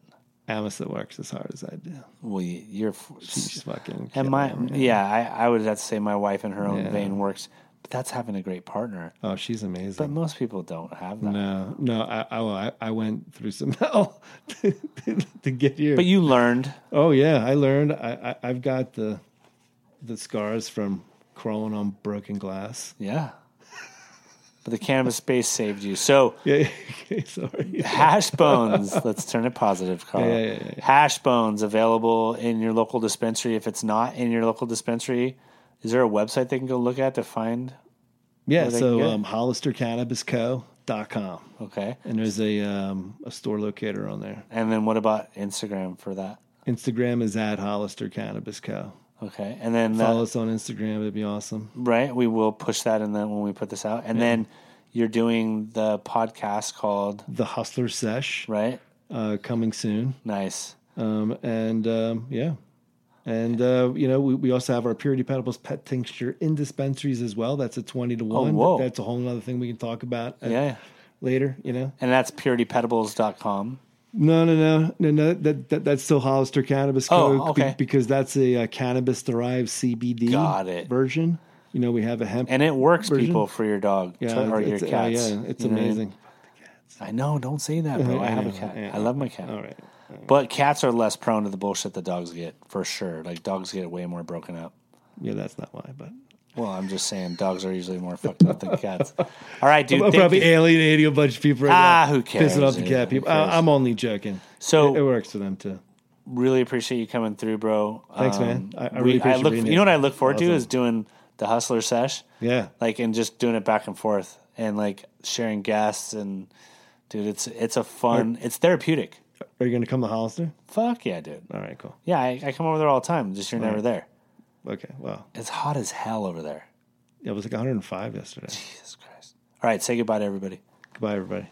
[SPEAKER 2] Amasa works as hard as I do.
[SPEAKER 1] Well, y- you're f-
[SPEAKER 2] She's fucking.
[SPEAKER 1] and
[SPEAKER 2] killing
[SPEAKER 1] my
[SPEAKER 2] it, man.
[SPEAKER 1] yeah, I I would have to say my wife in her own
[SPEAKER 2] Yeah.
[SPEAKER 1] vein works, but that's having a great partner.
[SPEAKER 2] oh, she's
[SPEAKER 1] But
[SPEAKER 2] amazing.
[SPEAKER 1] most people don't have that.
[SPEAKER 2] No, no, I, I, well, I, I went through some hell to, to get here.
[SPEAKER 1] But you learned,
[SPEAKER 2] oh yeah, I learned. I, I, I've got the the scars from crawling on broken glass.
[SPEAKER 1] yeah. But the cannabis space saved you. So.
[SPEAKER 2] Yeah, okay, sorry.
[SPEAKER 1] Hash Bones. Let's turn it positive, Carl.
[SPEAKER 2] Yeah, yeah, yeah,
[SPEAKER 1] Hash Bones available in your local dispensary. If it's not in your local dispensary, is there a website they can go look at to find?
[SPEAKER 2] Yeah,
[SPEAKER 1] they
[SPEAKER 2] so
[SPEAKER 1] can get?
[SPEAKER 2] um, HollisterCannabisCo.com.
[SPEAKER 1] Okay.
[SPEAKER 2] And there's a um, a store locator on there.
[SPEAKER 1] And then what about Instagram for that?
[SPEAKER 2] Instagram is at Hollister Cannabis Co.
[SPEAKER 1] Okay. And then,
[SPEAKER 2] Follow
[SPEAKER 1] uh,
[SPEAKER 2] us on Instagram; it'd be awesome.
[SPEAKER 1] right, we will push that in then when we put this out. And then you're doing the podcast called,
[SPEAKER 2] The Hustler Sesh
[SPEAKER 1] right?
[SPEAKER 2] uh, coming soon.
[SPEAKER 1] Nice.
[SPEAKER 2] Um, and um, yeah. And uh, you know we, we also have our Purity Pedibles pet tincture in dispensaries as well. That's a twenty to one.
[SPEAKER 1] Oh, whoa.
[SPEAKER 2] That's a whole other thing we can talk about uh,
[SPEAKER 1] Yeah.
[SPEAKER 2] later. You know,
[SPEAKER 1] And that's puritypedibles.com.
[SPEAKER 2] no, no, no, no, no. That, that that's still Hollister Cannabis
[SPEAKER 1] Oh,
[SPEAKER 2] Coke
[SPEAKER 1] okay.
[SPEAKER 2] because that's a, uh cannabis derived CBD
[SPEAKER 1] Got it.
[SPEAKER 2] version. You know, we have a hemp
[SPEAKER 1] And it works,
[SPEAKER 2] Version?
[SPEAKER 1] people, for your dog
[SPEAKER 2] Yeah,
[SPEAKER 1] to- or your
[SPEAKER 2] it's- it's-
[SPEAKER 1] cats.
[SPEAKER 2] yeah, it's
[SPEAKER 1] You know what I mean?
[SPEAKER 2] amazing.
[SPEAKER 1] I know. Don't say that, bro. I
[SPEAKER 2] I
[SPEAKER 1] have a
[SPEAKER 2] know,
[SPEAKER 1] cat.
[SPEAKER 2] yeah.
[SPEAKER 1] I love my cat.
[SPEAKER 2] All right.
[SPEAKER 1] But cats are less prone to the bullshit that dogs get, for sure. Like dogs get way more broken up.
[SPEAKER 2] Yeah, that's not why, but
[SPEAKER 1] Well, I'm just saying, dogs are usually more fucked up than cats. All right, dude.
[SPEAKER 2] I'm
[SPEAKER 1] thank
[SPEAKER 2] probably
[SPEAKER 1] you.
[SPEAKER 2] alienating a bunch of people right
[SPEAKER 1] Ah,
[SPEAKER 2] now.
[SPEAKER 1] who cares,
[SPEAKER 2] Pissing off the
[SPEAKER 1] dude?
[SPEAKER 2] cat
[SPEAKER 1] Who
[SPEAKER 2] people. I,
[SPEAKER 1] cares?
[SPEAKER 2] I'm only joking.
[SPEAKER 1] So-
[SPEAKER 2] it, it works for them too.
[SPEAKER 1] really appreciate you coming through, bro.
[SPEAKER 2] Thanks, man. I- I really appreciate
[SPEAKER 1] look,
[SPEAKER 2] being
[SPEAKER 1] you
[SPEAKER 2] here.
[SPEAKER 1] know what I look forward to
[SPEAKER 2] Awesome.
[SPEAKER 1] is doing the hustler sesh,
[SPEAKER 2] Yeah.
[SPEAKER 1] like and just doing it back and forth and like sharing guests and dude, it's it's a fun, it's therapeutic.
[SPEAKER 2] Are you going to come to Hollister?
[SPEAKER 1] Fuck yeah, dude.
[SPEAKER 2] All right, cool.
[SPEAKER 1] Yeah, I, I come over there all the time. Just you're never there.
[SPEAKER 2] Okay. Well,
[SPEAKER 1] It's hot as hell over there.
[SPEAKER 2] it was like 105 yesterday.
[SPEAKER 1] Jesus Christ. All right, say goodbye to everybody.
[SPEAKER 2] Goodbye, everybody.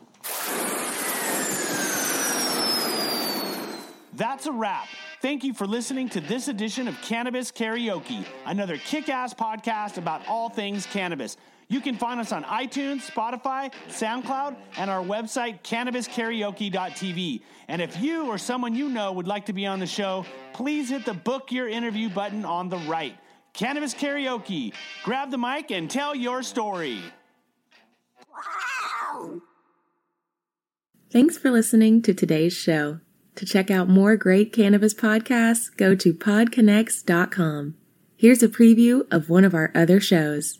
[SPEAKER 1] That's a wrap. Thank you for listening to this edition of Cannabis Karaoke, another kick ass podcast about all things cannabis. You can find us on iTunes, Spotify, SoundCloud, and our website, cannabiskaraoke.tv. And if you or someone you know would like to be on the show, please hit the book your interview button on the right. Cannabis Karaoke. Grab the mic and tell your story.
[SPEAKER 3] Thanks for listening to today's show. To check out more great cannabis podcasts, go to podconnects.com. Here's a preview of one of our other shows.